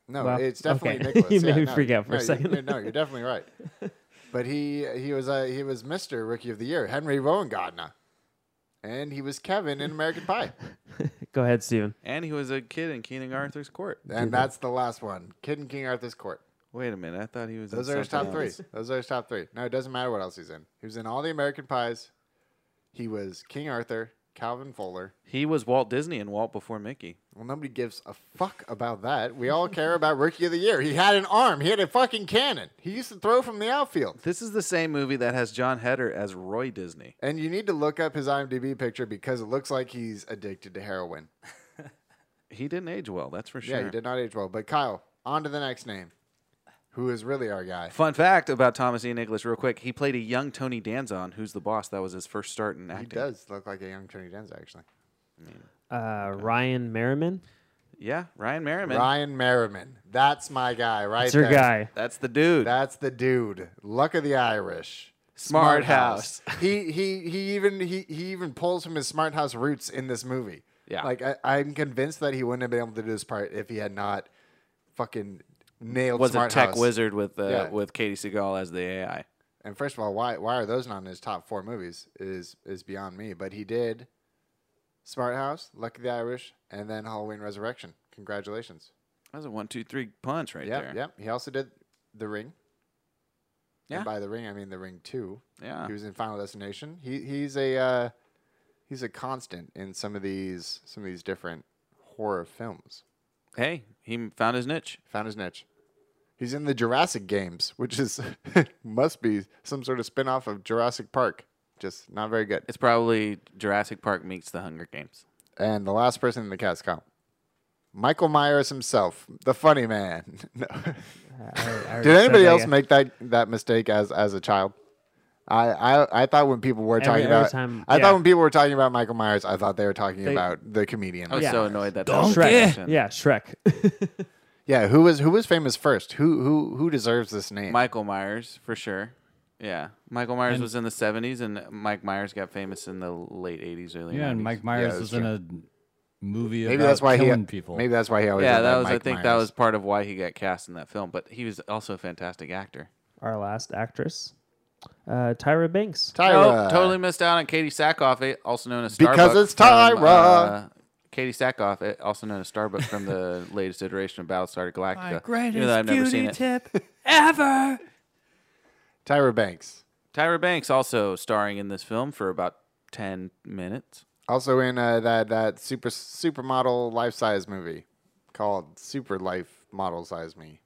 A: No,
D: Well,
A: it's definitely
D: okay. [laughs]
A: Nicholas.
D: You
A: yeah,
D: made me
A: no,
D: freak out for
A: no,
D: a
A: you-
D: second.
A: you- no, you're definitely
D: [laughs]
A: right. But he he was uh, he was Mr. Rookie of the Year, Henry Rowan Gardner. And he was Kevin in American
D: [laughs]
A: Pie.
D: go ahead, Steven.
B: And he was a kid in King Arthur's court.
A: And that's the last one. Kid in King Arthur's Court.
B: Wait a minute. I thought he was. in
A: Those are his top
B: something
A: three.
B: else.
A: Those are his top three. No, it doesn't matter what else he's in. He was in all the American Pies. He was King Arthur, Calvin Fuller.
B: He was Walt Disney and Walt before Mickey.
A: Well, nobody gives a fuck about that. We all care about Rookie of the Year. He had an arm. He had a fucking cannon. He used to throw from the outfield.
B: This is the same movie that has John Heder as Roy Disney.
A: And you need to look up his IMDb picture because it looks like he's addicted to heroin.
B: He didn't age well, that's for sure.
A: Yeah, he did not age well. But Kyle, on to the next name, who is really our guy.
B: Fun fact about Thomas Ian Nicholas, real quick. He played a young Tony Danza on Who's the Boss. That was his first start in
A: He
B: acting.
A: does look like a young Tony Danza, actually.
D: Uh, Ryan Merriman.
B: Yeah, Ryan Merriman.
A: Ryan Merriman. That's my guy right
D: That's your
A: there.
D: guy.
B: That's the dude.
A: That's the dude. Luck of the Irish.
B: Smart House. [laughs]
A: he he he even he, he even pulls from his smart house roots in this movie.
B: Yeah.
A: Like I, I'm convinced that he wouldn't have been able to do this part if he had not fucking nailed
B: was
A: smart
B: a tech
A: house.
B: wizard with uh,
A: Yeah.
B: with Katie Seagal as the AI.
A: And first of all, why why are those not in his top four movies is is beyond me. But he did Smart House, Lucky the Irish, and then Halloween Resurrection. Congratulations.
B: That was a one, two, three punch right
A: yep,
B: there.
A: yep. He also did The Ring.
B: Yeah.
A: And by The Ring, I mean The Ring Two.
B: Yeah.
A: He was in Final Destination. He he's a uh, he's a constant in some of these some of these different horror films.
B: Hey, he found his niche.
A: Found his niche. He's in the Jurassic games, which is [laughs] must be some sort of spin-off of Jurassic Park. Just not very good.
B: It's probably Jurassic Park meets the Hunger Games.
A: And the last person in the cast count. Michael Myers himself, the funny man. [laughs] No. Did anybody else make that, that mistake as, as a child? I, I, I thought when people were talking
D: every
A: about
D: time-
A: I
D: yeah.
A: thought when people were talking about Michael Myers, I thought they were talking
D: They-
A: about the comedian.
B: I was
D: Yeah.
B: so annoyed that
D: Shrek?
B: that was
D: Oh, Yeah, Shrek. [laughs]
A: Yeah, who was who was famous first? Who who who deserves this name?
B: Michael Myers for sure. Yeah, Michael Myers was in the '70s, and Mike Myers got famous in the late '80s, early
C: Yeah,
B: 90s.
C: and Mike Myers
A: that's
C: was in a movie
A: maybe
C: about
A: that's why
C: killing
A: he uh,
C: people.
A: maybe that's why he always
B: Yeah,
A: had
B: that was. I
A: Mike
B: think that
A: Myers.
B: was part of why he got cast in that film. But he was also a fantastic actor.
D: Our last actress, uh, Tyra Banks.
A: Tyra.
C: uh,
B: Nope, totally missed out on Katie Sackhoff, eh, also known as Starbuck.
A: Because it's
B: from,
A: Tyra.
B: uh, Katie Sackhoff, eh, also known as Starbuck from the
C: [laughs]
B: latest iteration of Battlestar Galactica.
C: My
B: Even though
C: greatest
B: I've never seen
C: beauty
B: it.
C: tip ever.
A: Tyra Banks.
B: Tyra Banks also starring in this film for about ten minutes.
A: Also in uh, that that super supermodel life size movie called Super Life Model Size Me,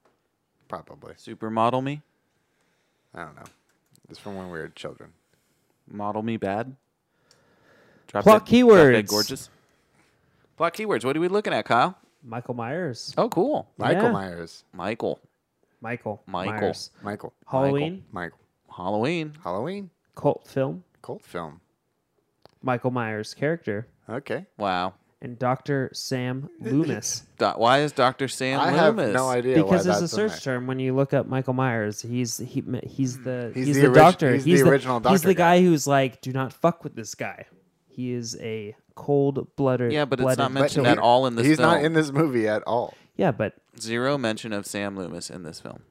A: probably.
B: Supermodel me,
A: I don't know. It's from when we were children.
B: model me bad. Drop
D: Plot
B: dead- drop dead
D: keywords.
B: gorgeous. Plot keywords. What are we looking at, Kyle?
D: Michael Myers.
B: Oh, cool.
A: Michael
D: Yeah.
A: Myers.
B: Michael.
D: Michael.
B: Michael.
D: Myers.
A: Michael.
D: Halloween.
A: Michael.
B: Halloween.
A: Halloween.
D: Cult film.
A: Cult film.
D: Michael Myers character.
A: Okay.
B: Wow.
D: and Dr. [laughs] Sam Loomis.
B: Do- why is Doctor Sam
A: I have
B: Loomis?
A: no idea why
D: because it's
A: that's
D: a
A: in
D: search
A: there. Mm.
D: term when you look up Michael Myers. He's he he's the
A: He's
D: he's,
A: the
D: the,
A: orig-
D: doctor.
A: he's the original
D: He's
A: doctor
D: the
A: guy.
D: guy who's like, do not fuck with this guy. He is a cold blooded.
B: Yeah, but it's not
A: But
B: mentioned
A: he-
B: at all in this
A: He's not
B: film.
A: in this movie at all.
D: Yeah, but
B: Zero mention of Sam Loomis in this film.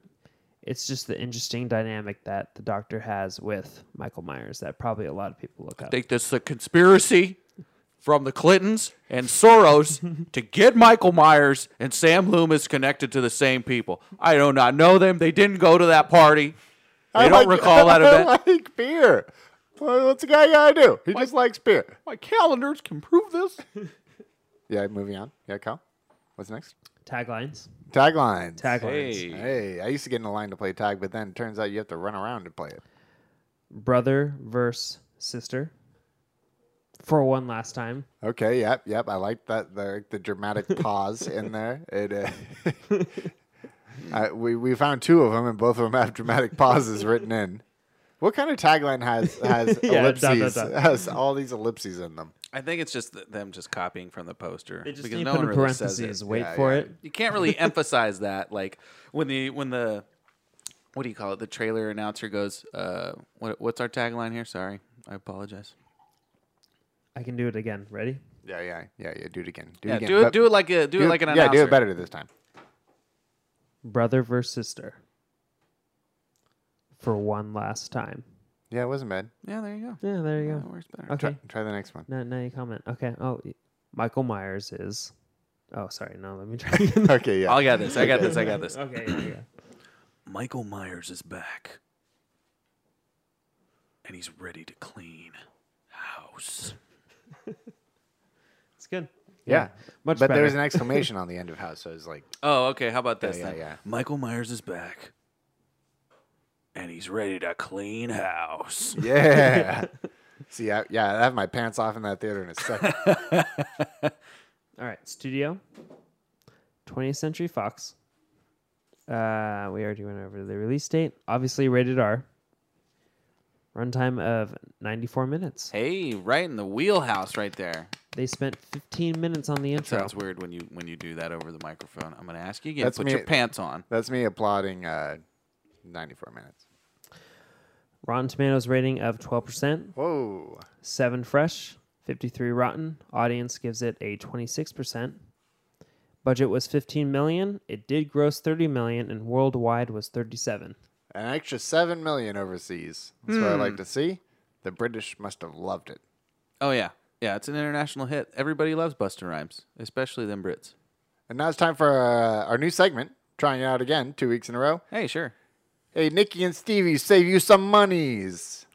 D: it's just the interesting dynamic that the doctor has with Michael Myers that probably a lot of people look up.
B: think that's a conspiracy from the Clintons and Soros to get Michael Myers and Sam Loomis connected to the same people. I do not know them. They didn't go to that party. They
A: I
B: don't
A: like-
B: recall that
A: [laughs] I
B: event.
A: like beer. Well, what's the guy gotta do? He just likes beer.
B: My calendars can prove this.
A: Yeah, moving on. Yeah, Kyle. What's next?
D: Taglines.
A: Taglines.
D: Taglines.
A: Hey, I used to get in a line to play tag, but then it turns out you have to run around to play it.
D: Brother versus sister. For one last time.
A: Okay, yep, yep. I like that the the
B: [laughs]
A: dramatic pause in there. It uh, [laughs] I, we we found two of them, and both of them have dramatic pauses written in. What kind of tagline
B: [laughs]
A: has has
D: Yeah, dot, dot,
A: ellipses?
D: dot.
A: Has all these ellipses in them?
B: I think it's just th- them just copying from the poster
D: They just
B: because
D: need
B: no
D: to put
B: one
D: in
B: really says
D: parentheses.
B: it.
D: Wait
A: Yeah,
D: for
A: yeah.
D: it.
B: You can't really emphasize that, like when the when the what do you call it? The trailer announcer goes, uh, what, "What's our tagline here?" Sorry, I apologize.
D: I can do it again. Ready?
A: Yeah, yeah, yeah, yeah. Do it again. Do
B: Yeah,
A: it again.
B: do it,
A: but-
B: do it like a do, it like an
A: yeah.
B: announcer.
A: Do it better this time.
D: Brother versus sister. For one last time.
A: Yeah, it wasn't bad.
B: Yeah, there you go.
D: Yeah, there you
B: Yeah,
D: go.
B: that works better.
D: Okay.
A: Try, try the
B: [laughs]
A: next one.
D: No, no, you comment. Okay. Oh, y- Michael Myers is. Oh, sorry. No, let me try
A: [laughs]
D: again.
A: Okay, yeah.
B: I got this. I got this. I got
D: [laughs]
B: this.
D: okay. Yeah, yeah.
B: Michael Myers is back. And he's ready to clean house.
D: It's good.
A: yeah. but
D: Much better.
A: there was an
B: [laughs]
A: exclamation on the end of house, so it's like,
B: Oh, okay. How about this?
A: Yeah, yeah,
B: then?
A: yeah.
B: Michael Myers is back. And he's ready to clean house.
A: yeah. See, I, yeah, I have my pants off in that theater in a second.
D: All right. Studio. 20th Century Fox. Uh, we already went over the release date. Obviously, rated R. Runtime of 94 minutes.
B: Hey, right in the wheelhouse right there.
D: They spent 15 minutes on the intro.
B: Sounds weird when you when you do that over the microphone. I'm gonna ask you again.
A: That's
B: put
A: me-
B: your pants on.
A: That's me applauding uh, 94 minutes.
D: Rotten Tomatoes rating of 12%.
A: Whoa.
D: 7 fresh, 53 rotten. Audience gives it a 26%. Budget was 15 million. It did gross 30 million and worldwide was 37.
A: An extra 7 million overseas. That's what I like to see. The British must have loved it.
B: Oh yeah, yeah. It's an international hit. Everybody loves Buster Rhymes, especially them Brits.
A: And now it's time for uh, our new segment, trying it out again, two weeks in a row.
B: Hey, sure.
A: Hey, Nikki and Stevie, save you some monies.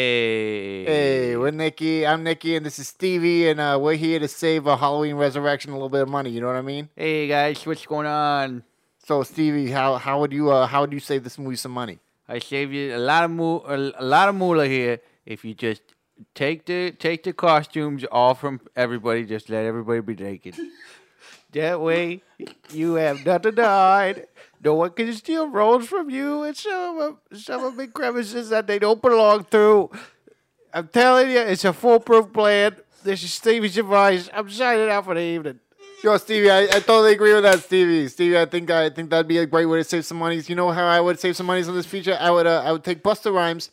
B: Hey.
A: Hey, we're Nikki. I'm Nikki, and this is Stevie, and uh, we're here to save a Halloween resurrection a little bit of money. You know what I mean?
B: Hey guys, what's going on?
A: So, Stevie, how, how would you uh, how would you save this movie some money?
B: I save you a lot of mo- a lot of moolah here if you just take the take the costumes all from everybody. Just let everybody be naked. that way, you have nothing to hide. No one can steal rolls from you and some of some of the crevices that they don't belong to. I'm telling you, it's a foolproof plan. This is Stevie's advice. I'm signing out for the evening.
A: Yo, Stevie, I, I totally agree with that, Stevie. Stevie, I think I think that'd be a great way to save some monies. You know how I would save some monies on this feature? I would uh, I would take Buster Rhymes,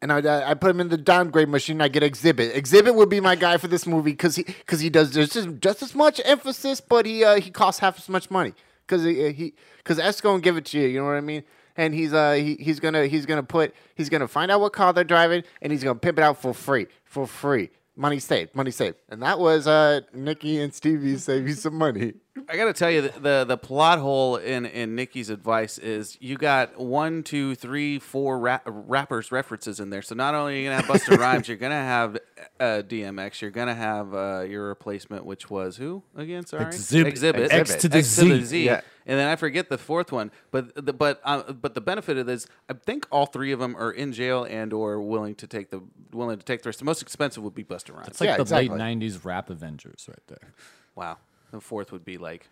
A: and I I put him in the downgrade machine. I get Exhibit. Exhibit would be my guy for this movie because he because he does just as- just as much emphasis, but he uh, he costs half as much money because he he- cause F's gonna give it to you. You know what I mean? And he's uh he, he's gonna he's gonna put he's gonna find out what car they're driving, and he's gonna pimp it out for free for free. Money saved, money saved, and that was uh Nikki and Stevie save you some money.
B: I gotta tell you, the, the the plot hole in in Nikki's advice is you got one, two, three, four ra- rappers references in there. So not only are you gonna have
C: [laughs]
B: Buster Rhymes, you're gonna have uh, DMX, you're gonna have uh, your replacement, which was who again? Sorry,
C: Exhibit.
B: Exhibit.
C: X to the Z.
A: Yeah.
B: And then I forget the fourth one, but the, but uh, but the benefit of this, I think all three of them are in jail and or willing to take the willing to take the risk. The most expensive would be Buster Rhymes.
C: [laughs] It's like
A: Yeah,
C: the
A: exactly.
C: late '90s rap Avengers right there.
B: wow. The fourth would be like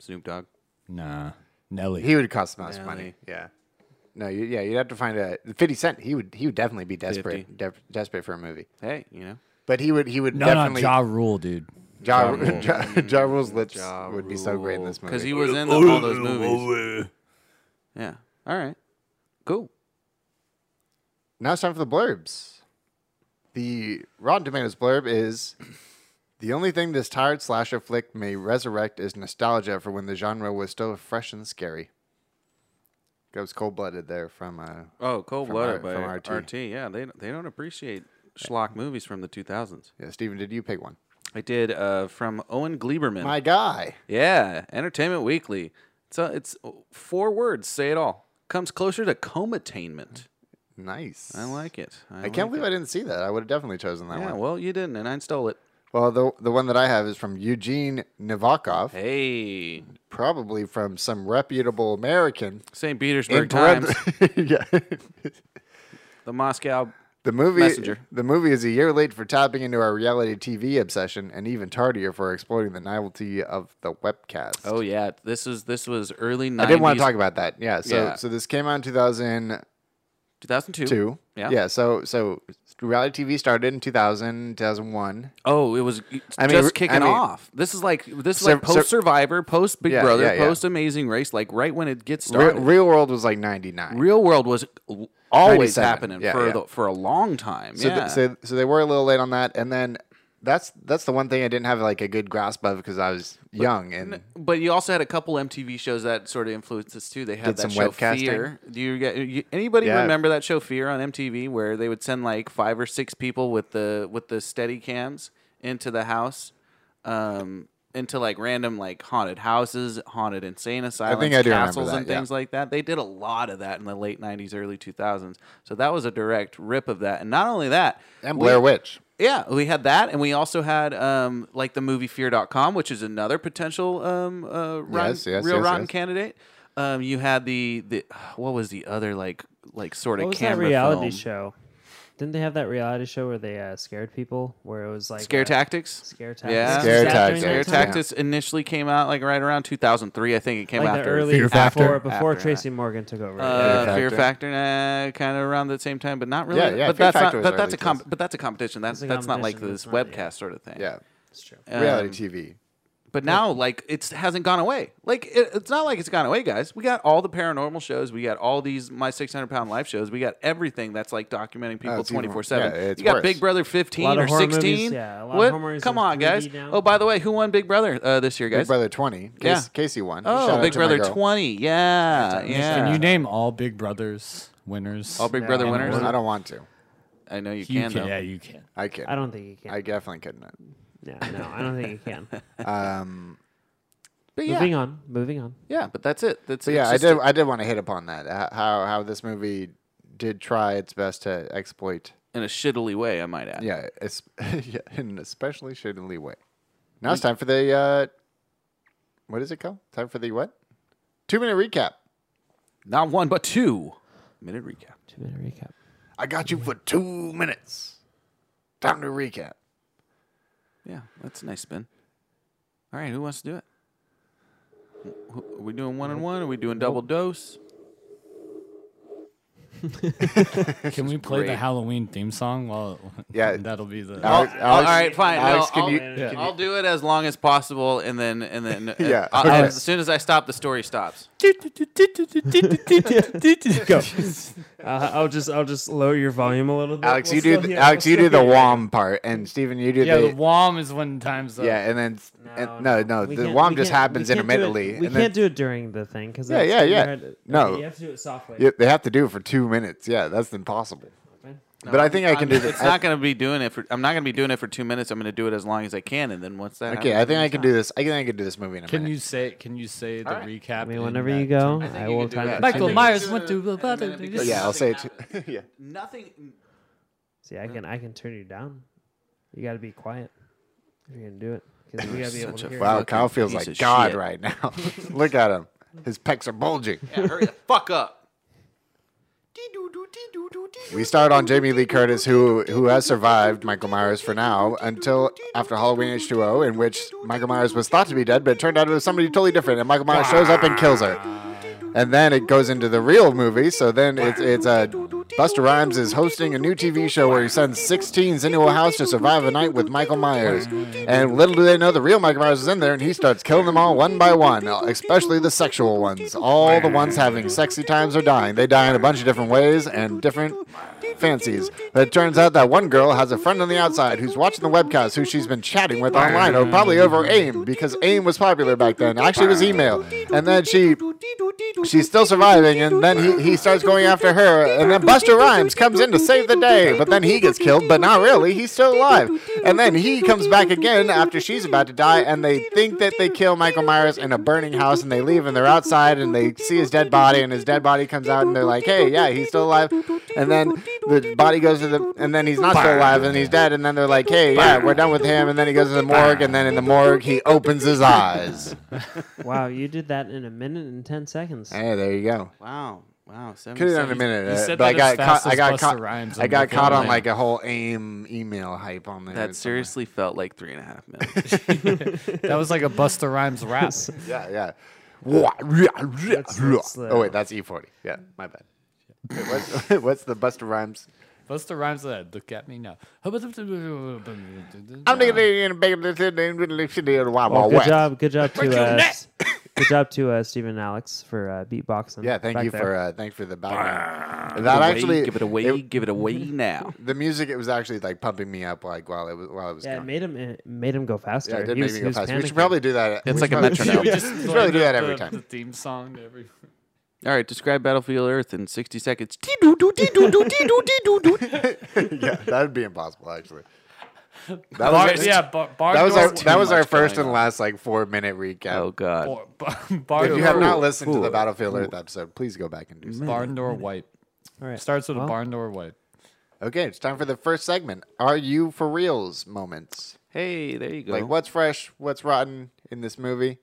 B: Snoop Dogg.
C: Nah, Nelly.
A: He would cost most money.
B: Really?
A: Yeah. No, you, yeah, you'd have to find a Fifty Cent. He would, he would definitely be desperate,
B: 50.
A: de- desperate for a movie.
B: Hey, you know.
A: But he would, he would
C: no, no,
A: definitely.
C: Ja Rule, dude.
A: Ja, Ru- ja, ja Rule's lips would be so great in this movie.
B: because he was in the, all those movies. Yeah. All right. Cool.
A: Now it's time for the blurbs. The Rotten Tomatoes blurb is the only thing this tired slasher flick may resurrect is nostalgia for when the genre was still fresh and scary. Goes cold blooded there from uh,
B: Oh, cold blooded
A: From
B: by
A: R- from
B: RT.
A: RT.
B: Yeah, they they don't appreciate schlock movies from the 2000s.
A: yeah, Steven, did you pick one?
B: I did uh, from Owen Gleiberman.
A: My guy.
B: Yeah, Entertainment Weekly. It's uh it's four words. Say it all. Comes closer to comatainment.
A: Nice.
B: I like it. I,
A: I can't believe I didn't see that. I would have definitely chosen that
B: Yeah,
A: one.
B: well, you didn't, and I stole it.
A: Well, the the one that I have is from Eugene Nivakov,
B: Hey,
A: probably from some reputable American.
B: St. Petersburg
A: parent-
B: Times,
A: [laughs] yeah.
B: the Moscow.
A: The movie,
B: Messenger.
A: the movie is a year late for tapping into our reality TV obsession, and even tardier for exploiting the novelty of the webcast.
B: Oh yeah, this is this was early. 90s,
A: I didn't want to talk about that. Yeah, so
B: Yeah.
A: so this came out in 2002.
B: 2002. Yeah.
A: yeah. So so reality TV started in 2000, 2001.
B: Oh, it was it's
A: I mean, re-
B: just kicking
A: I mean-
B: off. This is like this is
A: Sur-
B: like post Survivor, post Big
A: Yeah,
B: Brother,
A: yeah, yeah.
B: post Amazing Race. Like right when it gets
A: Re-
B: started,
A: Real World was like 99.
B: Real world was l- always
A: 97.
B: happening
A: Yeah,
B: for
A: yeah.
B: The, for a long time.
A: So,
B: yeah.
A: th- so, so they were a little late on that, and then that's that's the one thing I didn't have like a good grasp of because I was young and
B: but you also had a couple MTV shows that sort of influenced us too. They had
A: Did
B: that
A: some
B: show
A: webcasting.
B: Fear. Do you get you, anybody
A: Yeah.
B: remember that show Fear on MTV where they would send like five or six people with the with the steady cams into the house, um, into like random like haunted houses, haunted insane
A: I
B: asylums,
A: do remember
B: castles,
A: that,
B: and
A: yeah.
B: things like that. They did a lot of that in the late '90s, early 2000s. So that was a direct rip of that. And not only that,
A: and
B: we-
A: Blair Witch.
B: yeah, we had that, and we also had um, like the movie Fear.com, which is another potential um, uh, rotten,
A: Yes, yes,
B: real
A: yes,
B: rotten
A: yes.
B: candidate. Um, you had the the what was the other like like sort
D: What
B: of
D: was that
B: camera film?
D: reality show? Didn't they have that reality show where they uh, scared people? Where it was like uh,
B: Scare
D: a-
B: Tactics.
D: Scare tactics.
B: Yeah.
D: Was
A: Scare
D: that during
A: Tactics.
D: that
B: Scare
A: Yeah.
D: time?
B: Tactics initially came out like right around 2003, I think it came
D: Like
B: out
D: the
B: after
D: early
B: Fear
D: before
B: Factor.
D: before
B: After
D: Tracy Morgan took over.
B: Uh,
A: Fear
B: Fear
A: Factor.
B: Factor, uh, kind of around the same time, but not really.
A: Yeah, yeah,
B: but
A: Fear
B: that's
A: Factor
B: not,
A: was
B: but that's
A: early
B: a comp-
A: 2000s.
B: but that's a competition. That's
D: a
B: that's not like
D: competition,
B: this
D: that's not-
B: webcast
D: yeah.
B: sort of thing.
A: Yeah,
D: That's true.
B: Um,
A: reality TV.
B: But now, like, it hasn't gone away. Like, it, it's not like it's gone away, guys. We got all the paranormal shows. We got all these My 600 Pound Life shows. We got everything that's, like documenting people
A: it's even-
B: 24 7.
A: yeah, it's
B: you got
A: worse.
B: Big Brother
D: A lot
B: 15
D: of
B: or
D: horror
B: 16.
D: movies, yeah, a lot of
B: what?
D: horror movies
B: Come
D: in
B: on, guys.
D: 3D now.
B: Oh, by the way, who won Big Brother uh, this year, guys?
A: Big Brother 20. Casey,
B: Yeah.
A: Casey won.
B: Oh,
A: Shout out
B: Big
A: to my
B: Brother
A: girl.
B: 20. Yeah. Yeah.
C: Can you name all Big Brothers winners?
B: all Big Brother
D: Yeah.
B: winners?
A: I don't want to.
B: I know you,
C: you
B: can,
C: can,
B: though.
C: yeah, you can.
A: I can.
D: I don't think you can. [laughs]
A: I definitely couldn't.
D: no, no, I don't think you
A: [laughs]
D: can.
A: Um,
B: But yeah.
D: Moving on. Moving on.
B: Yeah, but that's it. That's
A: so
B: it's
A: yeah, I
B: just
A: did.
B: a-
A: I did want to hit upon that. uh, How how this movie did try its best to exploit.
B: in a shittily way, I might add.
A: Yeah, it's, [laughs] yeah in an especially shittily way. Now it's time for the uh, what is it called? Time for the what? Two minute recap.
B: Not one, but two. Minute recap.
D: Two minute recap.
A: I got you for two minutes. Time to recap.
B: Yeah, that's a nice spin. All right, who wants to do it? Wh- Are we doing one on one? Are we doing double dose?
C: Can we play the
B: great.
C: Halloween theme song? Well,
A: [laughs] Yeah.
C: [laughs] that'll be the.
A: Alex- Alex-
B: all right, fine.
A: Alex,
B: no,
A: can
B: I'll,
A: you-
B: I'll do it as long as possible, and then and
A: [laughs]
B: then uh,
A: Yeah,
B: I-
A: okay.
B: as soon as I stop, the story stops.
D: Go. Uh, I'll just I'll just lower your volume a little bit.
A: Alex,
D: We'll
A: you do.
D: still
A: The,
D: hear-
A: Alex,
D: we'll
A: you do
D: still [laughs]
A: the
D: hear
A: wom part, and Stephen, you do
C: yeah, the
A: the
C: WOM is when time's up.
A: Yeah, and then and, no,
D: no,
A: no,
D: We
A: Uh, the
D: can't-
A: WOM
D: we
A: just
D: can't- we
A: happens
D: can't do it-
A: intermittently.
D: We
A: and then,
D: can't do it during the thing because
A: Yeah, yeah, yeah. No.
D: you have to do it softly.
A: yeah, they have to do it for two minutes. Yeah, that's impossible. but I think I can
B: I'm-
A: do this.
B: It's not going to be doing it for. I'm not going to be doing it for two minutes. I'm going to do it as long as I can, and then once that.
A: okay, I
B: happens,
A: think I
B: it's
A: can
B: done.
A: do this. I think I can do this movie in a
C: Can
A: minute.
C: you say? Can you say the recap?
D: I mean,
C: in
D: whenever
C: that
D: you go,
C: time?
B: think
D: I
B: you
D: will
B: can do
D: try
B: that.
D: to.
C: Michael
B: think
C: Myers
B: it's,
C: went
B: uh,
C: to
B: in a minute because-
A: yeah, I'll say it.
C: [laughs]
A: yeah,
B: Nothing.
D: See, I can I can turn you down. You got to be quiet if you're gonna do it because we gotta be able
B: Such
D: to
B: a
A: [laughs]
D: hear.
A: wow,
B: Fucking
A: Kyle feels
B: piece
A: like
B: of
A: God
B: shit.
A: right now. [laughs] Look at him; his pecs are bulging.
B: Yeah, hurry the fuck up.
A: We start on Jamie Lee Curtis, who who has survived Michael Myers for now until after Halloween H2O, in which Michael Myers was thought to be dead, but it turned out it was somebody totally different, and Michael Myers shows up and kills her. And then it goes into the real movie, so then it's it's a Buster Rhymes is hosting a new TV show where he sends six teens into a house to survive a night with Michael Myers. And little do they know the real Michael Myers is in there and he starts killing them all one by one, uh, especially the sexual ones. All the ones having sexy times or dying. They die in a bunch of different ways and different fancies. But it turns out that one girl has a friend on the outside who's watching the webcast who she's been chatting with online, or probably over AIM, because AIM was popular back then. Actually, it was email. And then she she's still surviving, and then he, he starts going after her, and then Buster Rhymes comes in to save the day, but then he gets killed, but not really. He's still alive. And then he comes back again after she's about to die, and they think that they kill Michael Myers in a burning house, and they leave, and they're outside, and they see his dead body, and his dead body comes out, and they're like, hey, yeah, he's still alive. And then the body goes to the, and then he's not still alive, and he's dead, and then they're like, hey, yeah, we're done with him, and then he goes to the morgue, and then in the morgue, he opens his eyes.
D: Wow, you did that in a minute and 10 seconds.
A: Hey, there you go.
B: Wow. Wow.
A: Could have done in a
B: 77.
A: minute,
C: you
A: uh,
C: said
A: but I
C: that
A: got
C: as
A: caught.
C: fast
A: I
C: as
A: got
C: Busta
A: caught.
C: Rhymes
A: I
C: on
A: got
C: the
A: caught
C: phone
A: on
C: line.
A: like a whole AIM email hype on there.
B: That
A: somewhere.
B: seriously felt like three and a half minutes.
C: That was like a Buster Rhymes rap.
B: [laughs]
A: Yeah, yeah. Wah, rah, rah,
D: that's
A: rah.
D: the-
A: Oh wait, that's E forty. Yeah, my bad. Wait, what's, [laughs] what's the Buster Rhymes?
C: Buster Rhymes said, "Look at me
D: [laughs]
C: now."
A: I'm well,
D: Well, good job. Good job to uh, s- good job to uh, Stephen and Alex for uh, beatboxing.
A: Yeah, thank
D: back
A: you
D: there.
A: for uh, thank you for the background.
B: Give
A: That
B: it away,
A: actually
B: give it away,
A: it-
B: give it [laughs] away now.
A: the music it was actually like pumping me up like while it was while it was
D: Yeah, it
A: going.
D: made him it made him go faster.
A: yeah, it did
D: He
A: make
D: was-
A: me
D: he
A: go
D: was
A: fast. We should
D: panicking.
A: probably do that.
B: It's
A: we
B: like a
A: probably-
C: [laughs]
B: metronome.
A: We
B: Just
A: should probably do that every
C: The
A: time.
C: theme song every.
B: All right, describe Battlefield Earth in 60 seconds.
A: yeah, that would be impossible actually. That
C: Bar,
A: was
C: yeah, bar, bar
A: that was our
C: doors-
A: that was our
B: much
A: first
B: going
A: and
B: on.
A: last like four minute recap.
B: Oh, God.
C: Bar, bar, bar
A: If you
C: door-
A: have not listened to the
B: Ooh. Mm.
A: Battlefield Earth episode, please go back and do so.
C: barn door wipe.
D: All right.
C: Starts with
D: Well,
C: a barn door wipe.
A: Okay, it's time for the first segment. Are you for reals moments?
B: Hey, there you go.
A: Like what's fresh, what's rotten in this movie?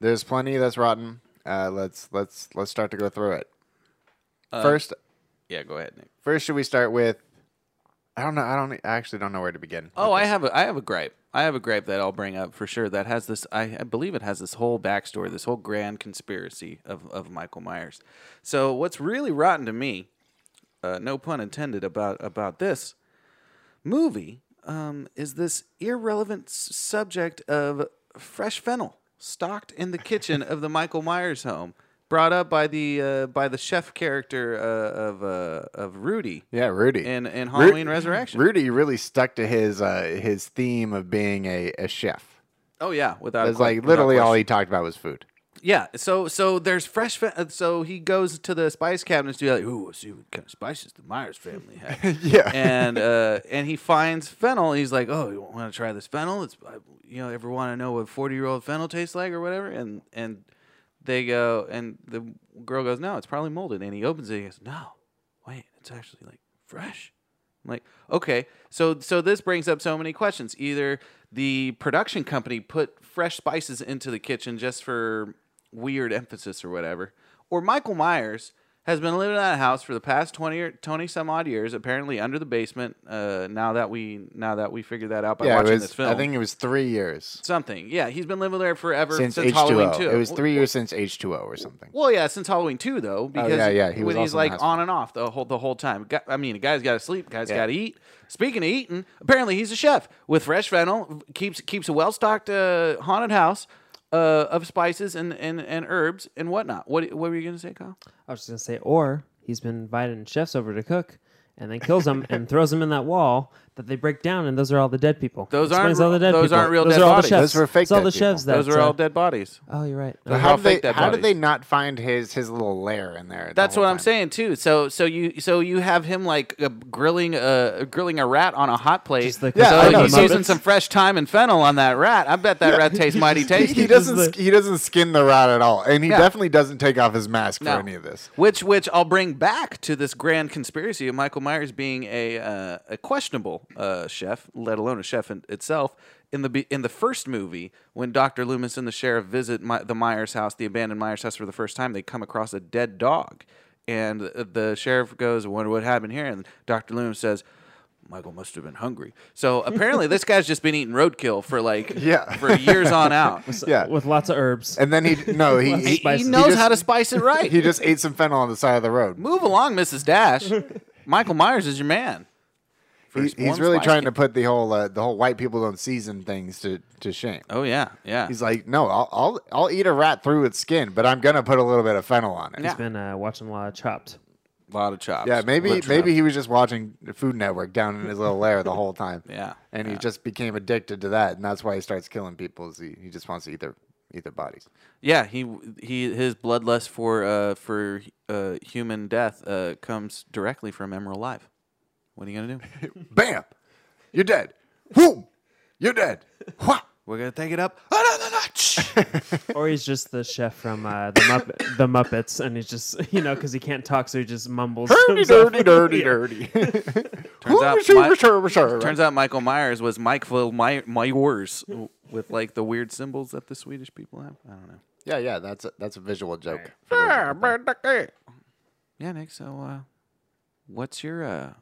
A: There's plenty that's rotten. Uh, let's let's let's start to go through it.
B: Uh,
A: first,
B: Yeah, go ahead, Nick.
A: first should we start with? I don't know. I don't. I actually don't know where to begin.
B: Oh, I have a I have a gripe. I have a gripe that I'll bring up for sure. That has this. I, I believe it has this whole backstory, this whole grand conspiracy of of Michael Myers. So what's really rotten to me, uh, no pun intended, about about this movie um, is this irrelevant s- subject of fresh fennel stocked in the kitchen of the Michael Myers home, brought up by the uh, by the chef character uh, of uh, of Rudy.
A: Yeah, Rudy.
B: In- in
A: Ru-
B: Halloween Resurrection.
A: Rudy really stuck to his uh, his theme of being a, a chef.
B: Oh yeah, without
A: That's
B: que-
A: like
B: without
A: literally all
B: question.
A: he talked about was food.
B: Yeah, so so there's fresh. Fa- uh, so he goes to the spice cabinets to be like, ooh, let's see what kind of spices the Myers family had.
A: [laughs] Yeah.
B: and uh, and he finds fennel. He's like, oh, you want to try this fennel? It's I- you know, ever want to know what forty year old fennel tastes like or whatever? And and they go, and the girl goes, no, it's probably molded. And he opens it. He goes, no, wait, it's actually like fresh. I'm like, okay, so so this brings up so many questions. Either the production company put fresh spices into the kitchen just for weird emphasis or whatever, or Michael Myers has been living in that house for the past 20 or 20 some odd years apparently under the basement uh, now that we now that we figured that out by
A: yeah, it
B: watching
A: was.
B: this film
A: I think it was three years
B: something yeah he's been living there forever
A: since,
B: since,
A: H2O.
B: halloween 2
A: It was three years since H2O or something.
B: well, yeah, since Halloween too, though, because
A: Oh, yeah, yeah, he was
B: when he's
A: also in the
B: like
A: hospital.
B: on and off the whole the whole time. Gu- I mean, guy's got to sleep, guy's got to eat. Speaking of eating, apparently he's a chef with fresh fennel. keeps keeps a well stocked uh, haunted house uh, of spices and, and, and herbs and whatnot. What what were you gonna say, Kyle?
D: I was just gonna say, or he's been inviting chefs over to cook, and then kills them and throws them in that wall that they break down, and those are all the dead people.
B: Those
D: Explains
B: aren't-
D: all the dead
B: those
D: people.
B: aren't real
D: those
B: dead
D: are all
B: bodies.
D: The chefs.
A: Those were fake
D: It's all
A: dead
D: the chefs that.
B: Those are all
D: uh,
B: dead bodies.
D: Oh, you're right.
A: But
D: Okay.
A: how
B: all
A: did they?
B: fake dead
A: How did
B: bodies.
A: they not find his his little lair in there? the
B: That's
A: whole
B: what I'm
A: time?
B: saying too. So so you so you have him like uh, grilling a grilling a rat on a hot plate.
D: like-
A: Yeah,
B: so
A: I know,
B: he's
A: but
B: using
A: it's-
B: some fresh thyme and fennel on that rat. I bet that
A: [laughs]
B: rat tastes mighty
A: He,
B: tasty.
A: he doesn't. sk- He doesn't skin the rat at all, and he
B: Yeah.
A: definitely doesn't take off his mask
B: No.
A: for any of this.
B: Which which I'll bring back to this grand conspiracy of Michael Myers being a uh, a questionable uh, chef, let alone a chef in, itself. In the be- in the first movie, when Doctor Loomis and the sheriff visit my, the Myers house, the abandoned Myers house for the first time, they come across a dead dog, and the sheriff goes, "I "Wonder what happened here?" And Doctor Loomis says. Michael must have been hungry.
A: [laughs]
B: So apparently, this guy's just been eating roadkill for like
A: Yeah.
B: for years on out.
A: Yeah.
D: with lots of herbs.
A: And then he [laughs] no he
B: He,
A: he,
B: he
D: Spices.
B: knows
A: just-
B: how to spice it
A: [laughs]
B: right.
A: he just ate some fennel on the side of the road.
B: Move along,
A: [laughs]
B: Mrs. Dash. Michael Myers is your man.
A: He-
B: First
A: he's
B: one
A: really
B: spice
A: trying to
B: can-
A: put the whole uh, the whole white people don't season things to to shame.
B: Oh yeah, yeah.
A: He's like, no, I'll, I'll I'll eat a rat through its skin, but I'm gonna put a little bit of fennel on it.
B: Yeah.
D: I've been uh, watching a lot of Chopped.
B: a lot of chops.
A: Yeah, maybe
B: Lip
A: maybe
B: chop.
A: he was just watching the Food Network down in his little lair the whole time.
B: [laughs] Yeah,
A: and he
B: yeah.
A: just became addicted to that, and that's why he starts killing people. Is he, he just wants to eat their eat their
B: [laughs]
A: bodies.
B: Yeah, he he his bloodlust for uh for uh human death uh comes directly from Emerald Live. What are you gonna do?
A: Bam, you're dead. Whoom, you're dead. [laughs] Wha-
B: [laughs] We're gonna take
A: [laughs]
B: it up another notch.
D: Or he's just the chef from uh, the, Mupp- the Muppets, and he's just, [laughs] you know, because he can't talk, so he just mumbles. to
A: Dirty,
D: himself. [laughs]
A: dirty, dirty,
B: [laughs]
D: Yeah.
A: dirty. [laughs]
B: turns out, Mi-
A: turns
B: turns out Michael Myers was Michael My- Myers with like the weird symbols that the Swedish people have. I don't know.
A: Yeah, yeah, that's a, that's a visual joke.
B: Yeah, Nick. So, uh, what's your uh,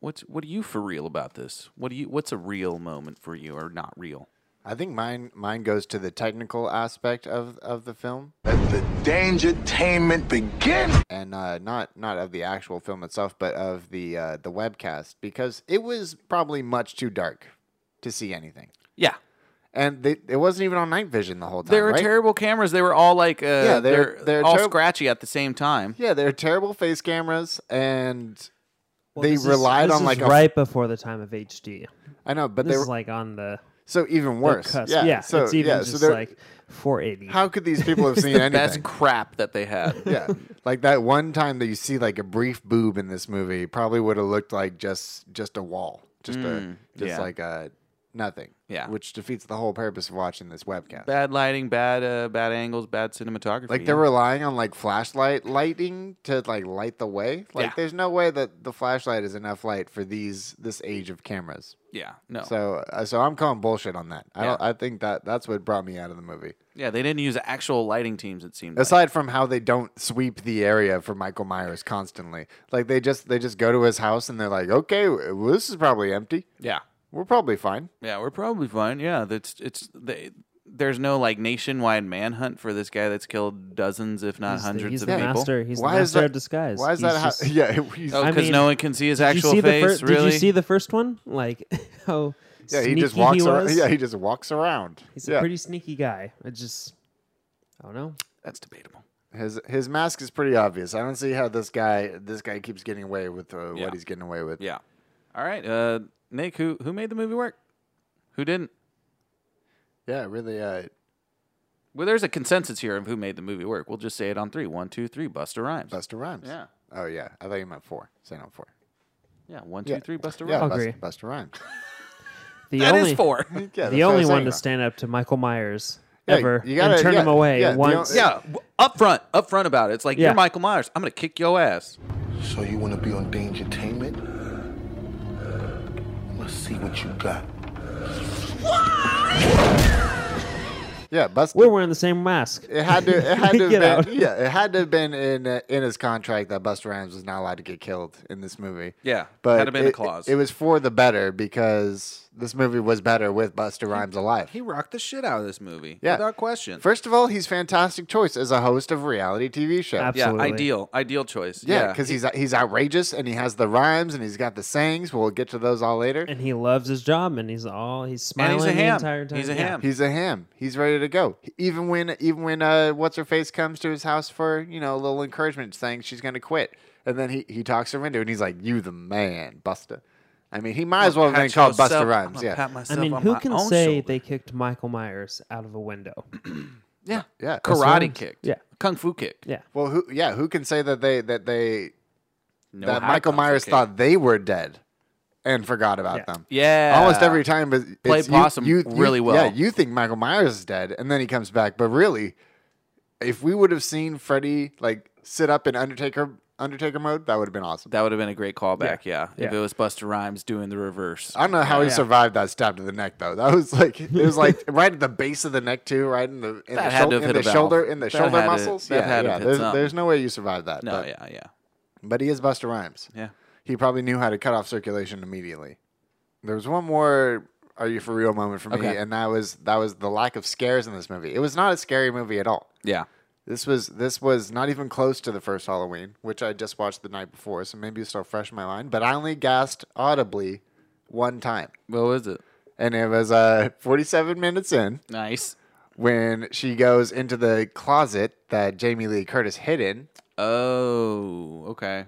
B: what's what are you for real about this? What do you what's a real moment for you or not real?
A: I think mine mine goes to the technical aspect of, of the film
F: Let the dangertainment begin.
A: and uh, not not of the actual film itself, but of the uh, the webcast because it was probably much too dark to see anything,
B: Yeah,
A: and they, it wasn't even on night vision the whole time.
B: they were
A: right?
B: terrible cameras. They were all like uh,
A: they're-
B: yeah, they're
A: they're
B: all
A: terrib-
B: scratchy at the same time.
A: Yeah, they're terrible face cameras, and
D: Well,
A: they
D: this is-
A: relied
D: this
A: on
D: is
A: like a-
D: right before the time of HD.
A: I know, but
D: This
A: they were
D: is like on the
A: so even
D: the
A: worse.
D: cusp.
A: Yeah,
D: yeah,
A: so
D: it's even
A: yeah,
D: just
A: so they're-
D: like 480.
A: how could these people
D: [laughs]
A: have seen anything?
B: That's crap that they had.
A: [laughs] yeah, like that one time that you see like a brief boob in this movie probably would have looked like just just a wall, just a just
B: Mm, yeah.
A: like a nothing.
B: Yeah.
A: which defeats the whole purpose of watching this webcast.
B: bad lighting, bad uh, bad angles, bad cinematography.
A: like they're relying on like flashlight lighting to like light the way. Like
B: Yeah.
A: there's no way that the flashlight is enough light for these this age of cameras.
B: yeah, no,
A: So uh, so I'm calling bullshit on that. I
B: Yeah.
A: don't, I think that that's what brought me out of the movie.
B: yeah, they didn't use actual lighting teams. It seemed. like.
A: aside from how they don't sweep the area for Michael Myers constantly. Like they just they just go to his house and they're like, okay, well, this is probably empty.
B: Yeah,
D: Uh,
A: We're probably fine.
B: yeah, we're probably fine. Yeah, that's it's they. There's no like nationwide manhunt for this guy that's killed dozens, if not
D: he's the,
B: hundreds
D: he's
B: of
D: the
B: people.
D: master. He's
A: Why
D: the
A: is
D: master
A: that-
D: of disguise.
A: Why is
D: He's
A: that? How,
D: just-
A: [laughs] yeah, he's,
B: Oh,
D: I
B: because
D: mean,
B: no one can see his
D: Did you
B: actual
D: see the
B: face.
D: fir-
B: really?
D: Did you see the first one? [laughs] Like how
A: yeah, he
D: sneaky
A: just walks.
D: he
A: around,
D: was?
A: yeah, he just walks around.
D: He's
A: yeah.
D: a pretty sneaky guy. It just, I don't know.
B: That's debatable.
A: his his mask is pretty obvious. I don't see how this guy this guy keeps getting away with uh,
B: Yeah.
A: what he's getting away with.
B: Yeah. All right, uh, Nick. Who who made the movie work? Who didn't?
A: yeah, really. Uh,
B: Well, there's a consensus here of who made the movie work. We'll just say it on three. One, two, three. Buster Rhymes.
A: Buster Rhymes.
B: Yeah.
A: Oh yeah, I thought you meant four. Say no four.
B: Yeah. One, two,
A: Yeah.
B: three. Buster
A: Yeah,
B: Rhymes.
A: Bus-
D: agree.
A: Buster Rhymes. [laughs]
D: The
B: That
D: only
B: is [laughs] four.
A: yeah, that's
D: the
A: what I
D: only
A: was
D: one
A: saying.
D: to stand up to Michael Myers
A: Yeah,
D: ever
A: you gotta-
D: and turn
A: yeah,
D: him away
A: yeah, the
D: once.
A: only-
B: Yeah, w- up front, up front about it. It's like
D: Yeah.
B: you're Michael Myers. I'm gonna kick your ass.
F: So you want to be on dangertainment? Let's see what you got.
A: Yeah, Buster.
D: We're wearing the same mask.
A: It had to. It had to.
D: Get
A: have
D: out.
A: been, yeah, it had to have been in uh, in his contract that Buster Rhymes was not allowed to get killed in this movie.
B: Yeah,
A: but
B: had to be in
A: it,
B: the clause.
A: It, was for the better because this movie was better with Buster Rhymes alive.
B: He rocked the shit out of this movie,
A: Yeah.
B: without question.
A: First of all, he's fantastic choice as a host of a reality TV show.
D: Absolutely.
B: yeah, ideal, ideal choice.
A: Yeah,
B: Yeah,
A: because he's he's outrageous and he has the rhymes and he's got the sayings. We'll get to those all later.
D: And he loves his job, and he's all he's
B: and
D: smiling
B: he's a ham.
D: the entire time.
B: He's a
D: Yeah.
B: ham.
A: He's a ham. He's ready to go. Even when even when uh, what's her face comes to his house for you know a little encouragement, saying she's gonna quit, and then he, he talks her into it, and he's like, "You the man, Buster." I mean, he might as well have been
B: Pat
A: called
B: yourself-
A: Buster
B: I'm
A: Rhymes.
B: gonna
A: Yeah,
B: pat
D: I
B: myself
D: mean,
B: on
D: who
B: my
D: can
B: own
D: say
B: shoulder.
D: they kicked Michael Myers out of a window?
A: yeah, yeah.
B: karate kick?
D: Yeah.
B: kung fu kick.
D: Yeah.
A: Well, who yeah who can say that they that they
B: No
A: that
B: high
A: Michael
B: kung fu
A: Myers
B: kick.
A: thought they were dead and forgot about
D: Yeah.
A: them?
B: Yeah,
A: Almost every time, but it's
B: Uh, Played possum really well.
A: Yeah, you think Michael Myers is dead, and then he comes back. But really, if we would have seen Freddy like sit up in Undertaker Undertaker mode, that would have been awesome.
B: that would have been a great callback. Yeah, if
D: Yeah.
B: it was Buster Rhymes doing the reverse.
A: I don't know how he survived that stab to the neck though. That was like it was
B: [laughs]
A: like right at the base of the neck too, right in the in the,
B: That had to
A: shoul-
B: have
A: in
B: hit
A: the
B: a valve.
A: shoulder in the
B: That
A: shoulder
B: had to-
A: muscles.
B: that
A: yeah,
B: had to
A: yeah.
B: have hit
A: There's,
B: something.
A: there's no way you survived that.
B: no,
A: but,
B: yeah, yeah,
A: but he is Buster Rhymes.
B: yeah.
A: He probably knew how to cut off circulation immediately. There was one more "Are you for real" moment for me,
B: Okay.
A: and that was that was the lack of scares in this movie. It was not a scary movie at all.
B: Yeah.
A: This was this was not even close to the first Halloween, which I just watched the night before, so maybe it's still fresh in my mind. But I only gasped audibly one time,
B: What was it?
A: and it was uh, 47 minutes in
B: Nice.
A: when she goes into the closet that Jamie Lee Curtis hid in,
B: Oh, okay.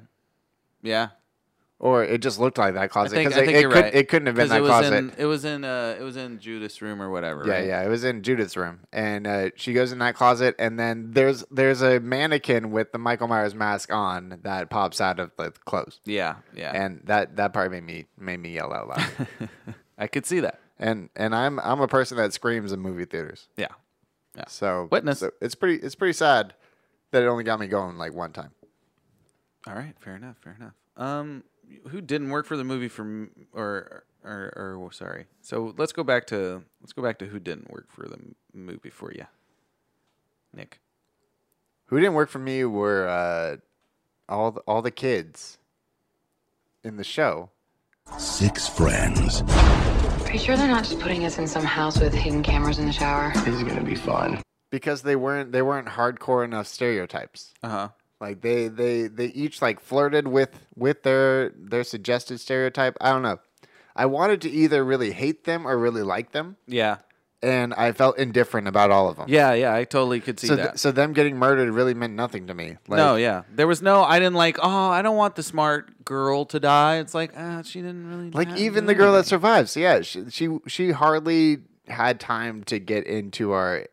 B: Yeah.
A: or it just looked like that
B: I
A: closet
B: think,
A: because
B: I
A: it,
B: think
A: it
B: you're
A: could,
B: right.
A: it couldn't have been
B: 'Cause
A: that
B: it was
A: closet.
B: In, it was in uh, it was in Judas' room or whatever.
A: Yeah,
B: right?
A: yeah. It was in Judith's room, and uh, she goes in that closet, and then there's there's a mannequin with the Michael Myers mask on that pops out of the clothes,
B: yeah, yeah.
A: and that that part made me made me yell out
B: [laughs]
A: loud.
B: I could see that.
A: and and I'm I'm a person that screams in movie theaters,
B: Yeah,
A: so
B: Witness.
A: so it's pretty it's pretty sad that it only got me going like one time.
B: All right, fair enough, fair enough. Um, who didn't work for the movie from or or or well, sorry. So let's go back to let's go back to who didn't work for the m- movie for you, Nick.
A: Who didn't work for me were uh, all the, all the kids in the show.
G: Six friends
H: Are you sure they're not just putting us in some house with hidden cameras in the shower?
F: This is gonna be fun.
A: Because they weren't they weren't hardcore enough stereotypes.
B: Uh huh.
A: Like they they they each like flirted with with their their suggested stereotype. I don't know. I wanted to either really hate them or really like them,
B: Yeah,
A: and I felt indifferent about all of them.
B: yeah, yeah. I totally could see
A: So
B: that.
A: th- so them getting murdered really meant nothing to me. Like,
B: no, yeah. There was no. I didn't like. Oh, I don't want the smart girl to die. It's like ah, she didn't really.
A: Like
B: have-
A: even the girl that survives, yeah, she, she she hardly had time to get into our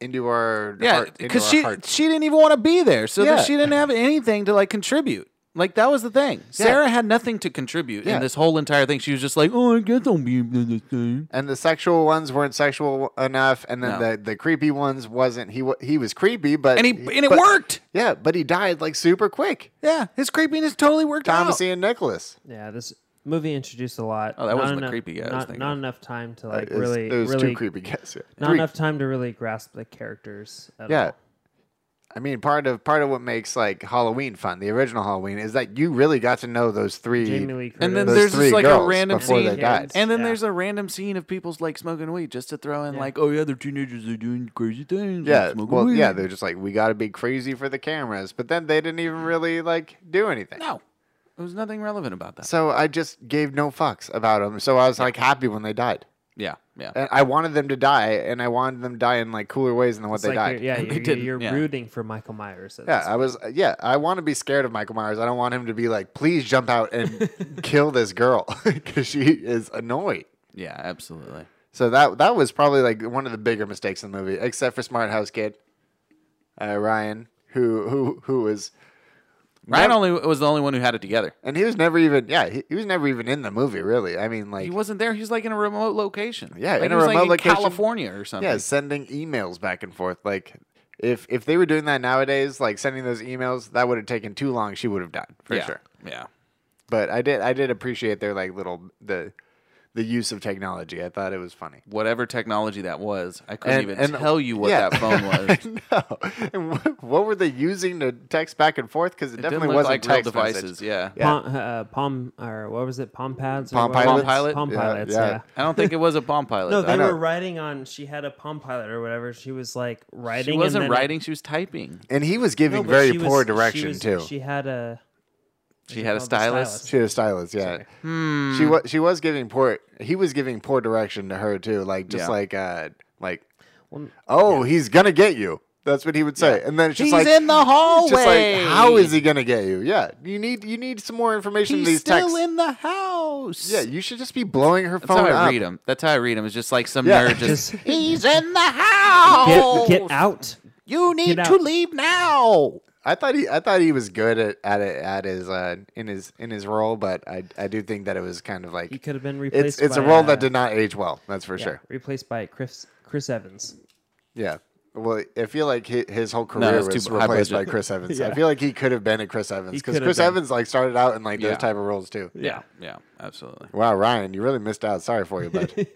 A: into our
B: Yeah,
A: heart- into
B: because
A: our
B: she
A: hearts.
B: she didn't even want to be there, so that
A: Yeah.
B: she didn't have anything to like contribute. Like that was the thing. Sarah had nothing to contribute
A: Yeah.
B: in this whole entire thing. She was just like, "Oh, I guess I'll be in this thing."
A: and the sexual ones weren't sexual enough, and then
B: No.
A: the, the creepy ones wasn't. He wa- he was creepy, but
B: And he and it
A: but-
B: worked.
A: Yeah, but he died like super quick.
B: Yeah, his creepiness totally worked out.
A: Thomasy and Nicholas.
D: Yeah, this movie introduced a lot.
B: Oh, that
D: Not
B: wasn't the
D: enough,
B: creepy guy I was
D: Not,
B: thinking
D: not
B: of.
D: enough time to like
A: It's-
D: really,
A: there's
D: really,
A: two creepy guys. Yeah.
D: not
A: Three-
D: enough time to really grasp the characters. At
A: Yeah.
D: all.
A: I mean, part of part of what makes like Halloween fun, the original Halloween, is that you really got to know those three.
D: Jamie Lee Curtis.
B: And then
A: Those
B: there's
A: three
B: just like a
A: girls
B: random
A: before
B: scene,
A: they died.
B: and then
D: Yeah.
B: there's a random scene of people's like smoking weed just to throw in like, "Oh yeah, they're teenagers, they're doing crazy things." they're
A: Yeah,
B: smoking
A: well,
B: weed."
A: yeah, they're just like we got to be crazy for the cameras, but then they didn't even really like do anything.
B: no, there was nothing relevant about that.
A: So I just gave no fucks about them. So I was like happy when they died,
B: Yeah, yeah.
A: and I wanted them to die, and I wanted them to die in like cooler ways than what
D: It's
A: they
D: like
A: died.
B: [laughs]
D: You're, [laughs] yeah, you're, you're,
B: didn't, yeah.
D: rooting for Michael Myers. At
A: Yeah,
D: this
A: I was. Yeah, I want to be scared of Michael Myers. I don't want him to be like, please jump out and
D: [laughs]
A: kill this girl [laughs] because she is annoyed.
B: Yeah, absolutely.
A: So that that was probably like one of the bigger mistakes in the movie, except for Smart House Kid, uh, Ryan, who who who was
B: Ryan
A: Nev-
B: only was the only one who had it together.
A: and he was never even yeah he, he was never even in the movie really. I mean like
B: He wasn't there. He was like in a remote location.
A: Yeah,
B: Like,
A: in
B: he
A: a
B: was,
A: remote
B: like,
A: location.
B: in California or something.
A: yeah sending emails back and forth like. If, if they were doing that nowadays, like sending those emails, that would have taken too long. She would have died for
B: yeah.
A: sure.
B: Yeah.
A: but I did I did appreciate their like little the the use of technology. I thought it was funny. [laughs]
B: Whatever technology that was, I couldn't
A: And-
B: even
A: and-
B: tell you what
A: yeah.
B: that
A: [laughs]
B: phone was.
A: I know. And what, what were they using to text back and forth? Because it,
B: It
A: definitely
B: didn't look
A: wasn't
B: like real
A: text
B: devices.
A: message.
B: Yeah.
A: Yeah.
D: Palm, uh, palm or what was it? Palm pads. or
A: Palm
D: what was
A: pilots?
D: it?
B: Pilot?
D: Palm
A: Yeah,
D: pilots.
A: yeah.
D: yeah.
B: I don't think it was a bomb pilot.
D: No,
B: though.
D: they
B: I
D: were writing on. She had a palm pilot or whatever. She was like
B: don't-
D: writing.
B: She
D: and
B: wasn't
D: then-
B: writing. She was typing.
A: And he was
D: No,
A: giving
D: but
A: very
D: she was-
A: poor
D: she
A: direction
D: was-
A: too. She,
D: She had a.
B: She had a
D: called the
B: stylus.
A: had a stylist, yeah.
B: Hmm.
A: She was she was giving poor he was giving poor direction to her too. Like just
B: Yeah.
A: like uh like
D: Well,
A: oh he's gonna get you. That's what he would say. And then it's just
B: He's
A: like
B: in the
A: it's just like,
B: hallway.
A: how is he gonna get you? Yeah, you need you need some more information. in
B: He's
A: these
B: still
A: texts.
B: in the house.
A: Yeah, you should just be blowing her
B: That's
A: phone
B: how I
A: up.
B: read him. That's how I read him. It's just like some
A: Yeah.
B: nerd
D: [laughs]
B: just,
D: Just-
B: he's in the house.
D: Get, get out.
B: you need
D: out.
B: to leave now.
A: I thought he, I thought he was good at at, it, at his uh, in his in his role, but I, I do think that it was kind of like
D: He could have been
A: it's
D: replaced.
A: it's a
D: by,
A: role
D: uh,
A: that did not age well. That's for
D: yeah,
A: sure.
D: Replaced by Chris Chris Evans.
A: Yeah. Well, I feel like hi- his whole career
B: it's too
A: was
B: high
A: replaced
B: budget.
A: by Chris
B: [laughs]
A: Evans. I feel like he could have been a Chris Evans because
D: could have
A: Chris
D: been.
A: Evans like started out in like
B: Yeah.
A: those type of roles too.
B: [laughs] Yeah. Yeah. Absolutely.
A: Wow, Ryan, you really missed out. Sorry for you,
B: [laughs]
A: bud.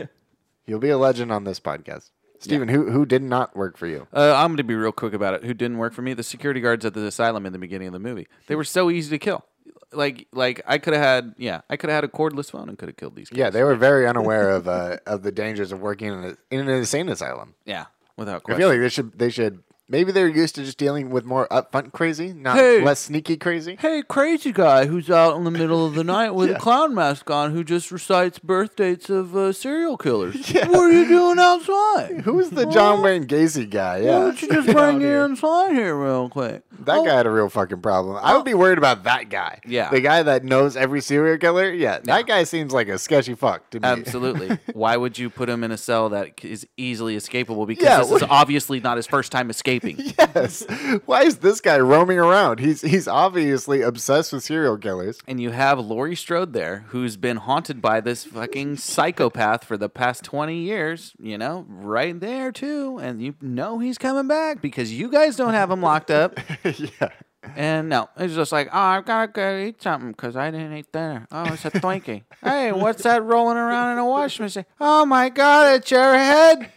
A: You'll be a legend on this podcast. Steven, who who did not work for you?
B: Uh, I'm going to be real quick about it. Who didn't work for me? The security guards at the asylum in the beginning of the movie. They were so easy to kill. like like I could have had yeah I could have had a cordless phone and could have killed these kids.
A: Yeah, they were very unaware of uh, of the dangers of working in, a, in an insane asylum.
B: yeah without
A: I
B: question.
A: feel like they should they should maybe they're used to just dealing with more upfront crazy, not
B: Hey.
A: less sneaky crazy.
B: hey, crazy guy who's out in the middle of the night [laughs] with a clown mask on who just recites birth dates of uh, serial [laughs] killers. What are you doing outside?
A: [laughs] Who was the John Wayne Gacy guy?
B: Why
A: Yeah,
B: don't you just bring you inside here real quick?
A: that guy had a real fucking problem. I would be worried about that guy.
B: Yeah.
A: the guy that knows every serial killer. Yeah, that guy seems like a sketchy fuck to me.
B: Um, Absolutely. Why would you put him in a cell that c- is easily escapable? Because
A: Yeah,
B: this is
A: what-
B: obviously not his first
A: [laughs]
B: time escaping.
A: [laughs] yes. Why is this guy roaming around? He's he's obviously obsessed with serial killers.
B: And you have Laurie Strode there, who's been haunted by this fucking psychopath for the past 20 years, you know, right there too. And you know he's coming back because you guys don't have him locked [laughs] up.
A: yeah.
B: And no, it's just like, oh, I've got to go eat something because I didn't eat dinner. Oh, it's a [laughs] Twinkie. hey, what's that rolling around in a washing machine? Oh my God, it's your head.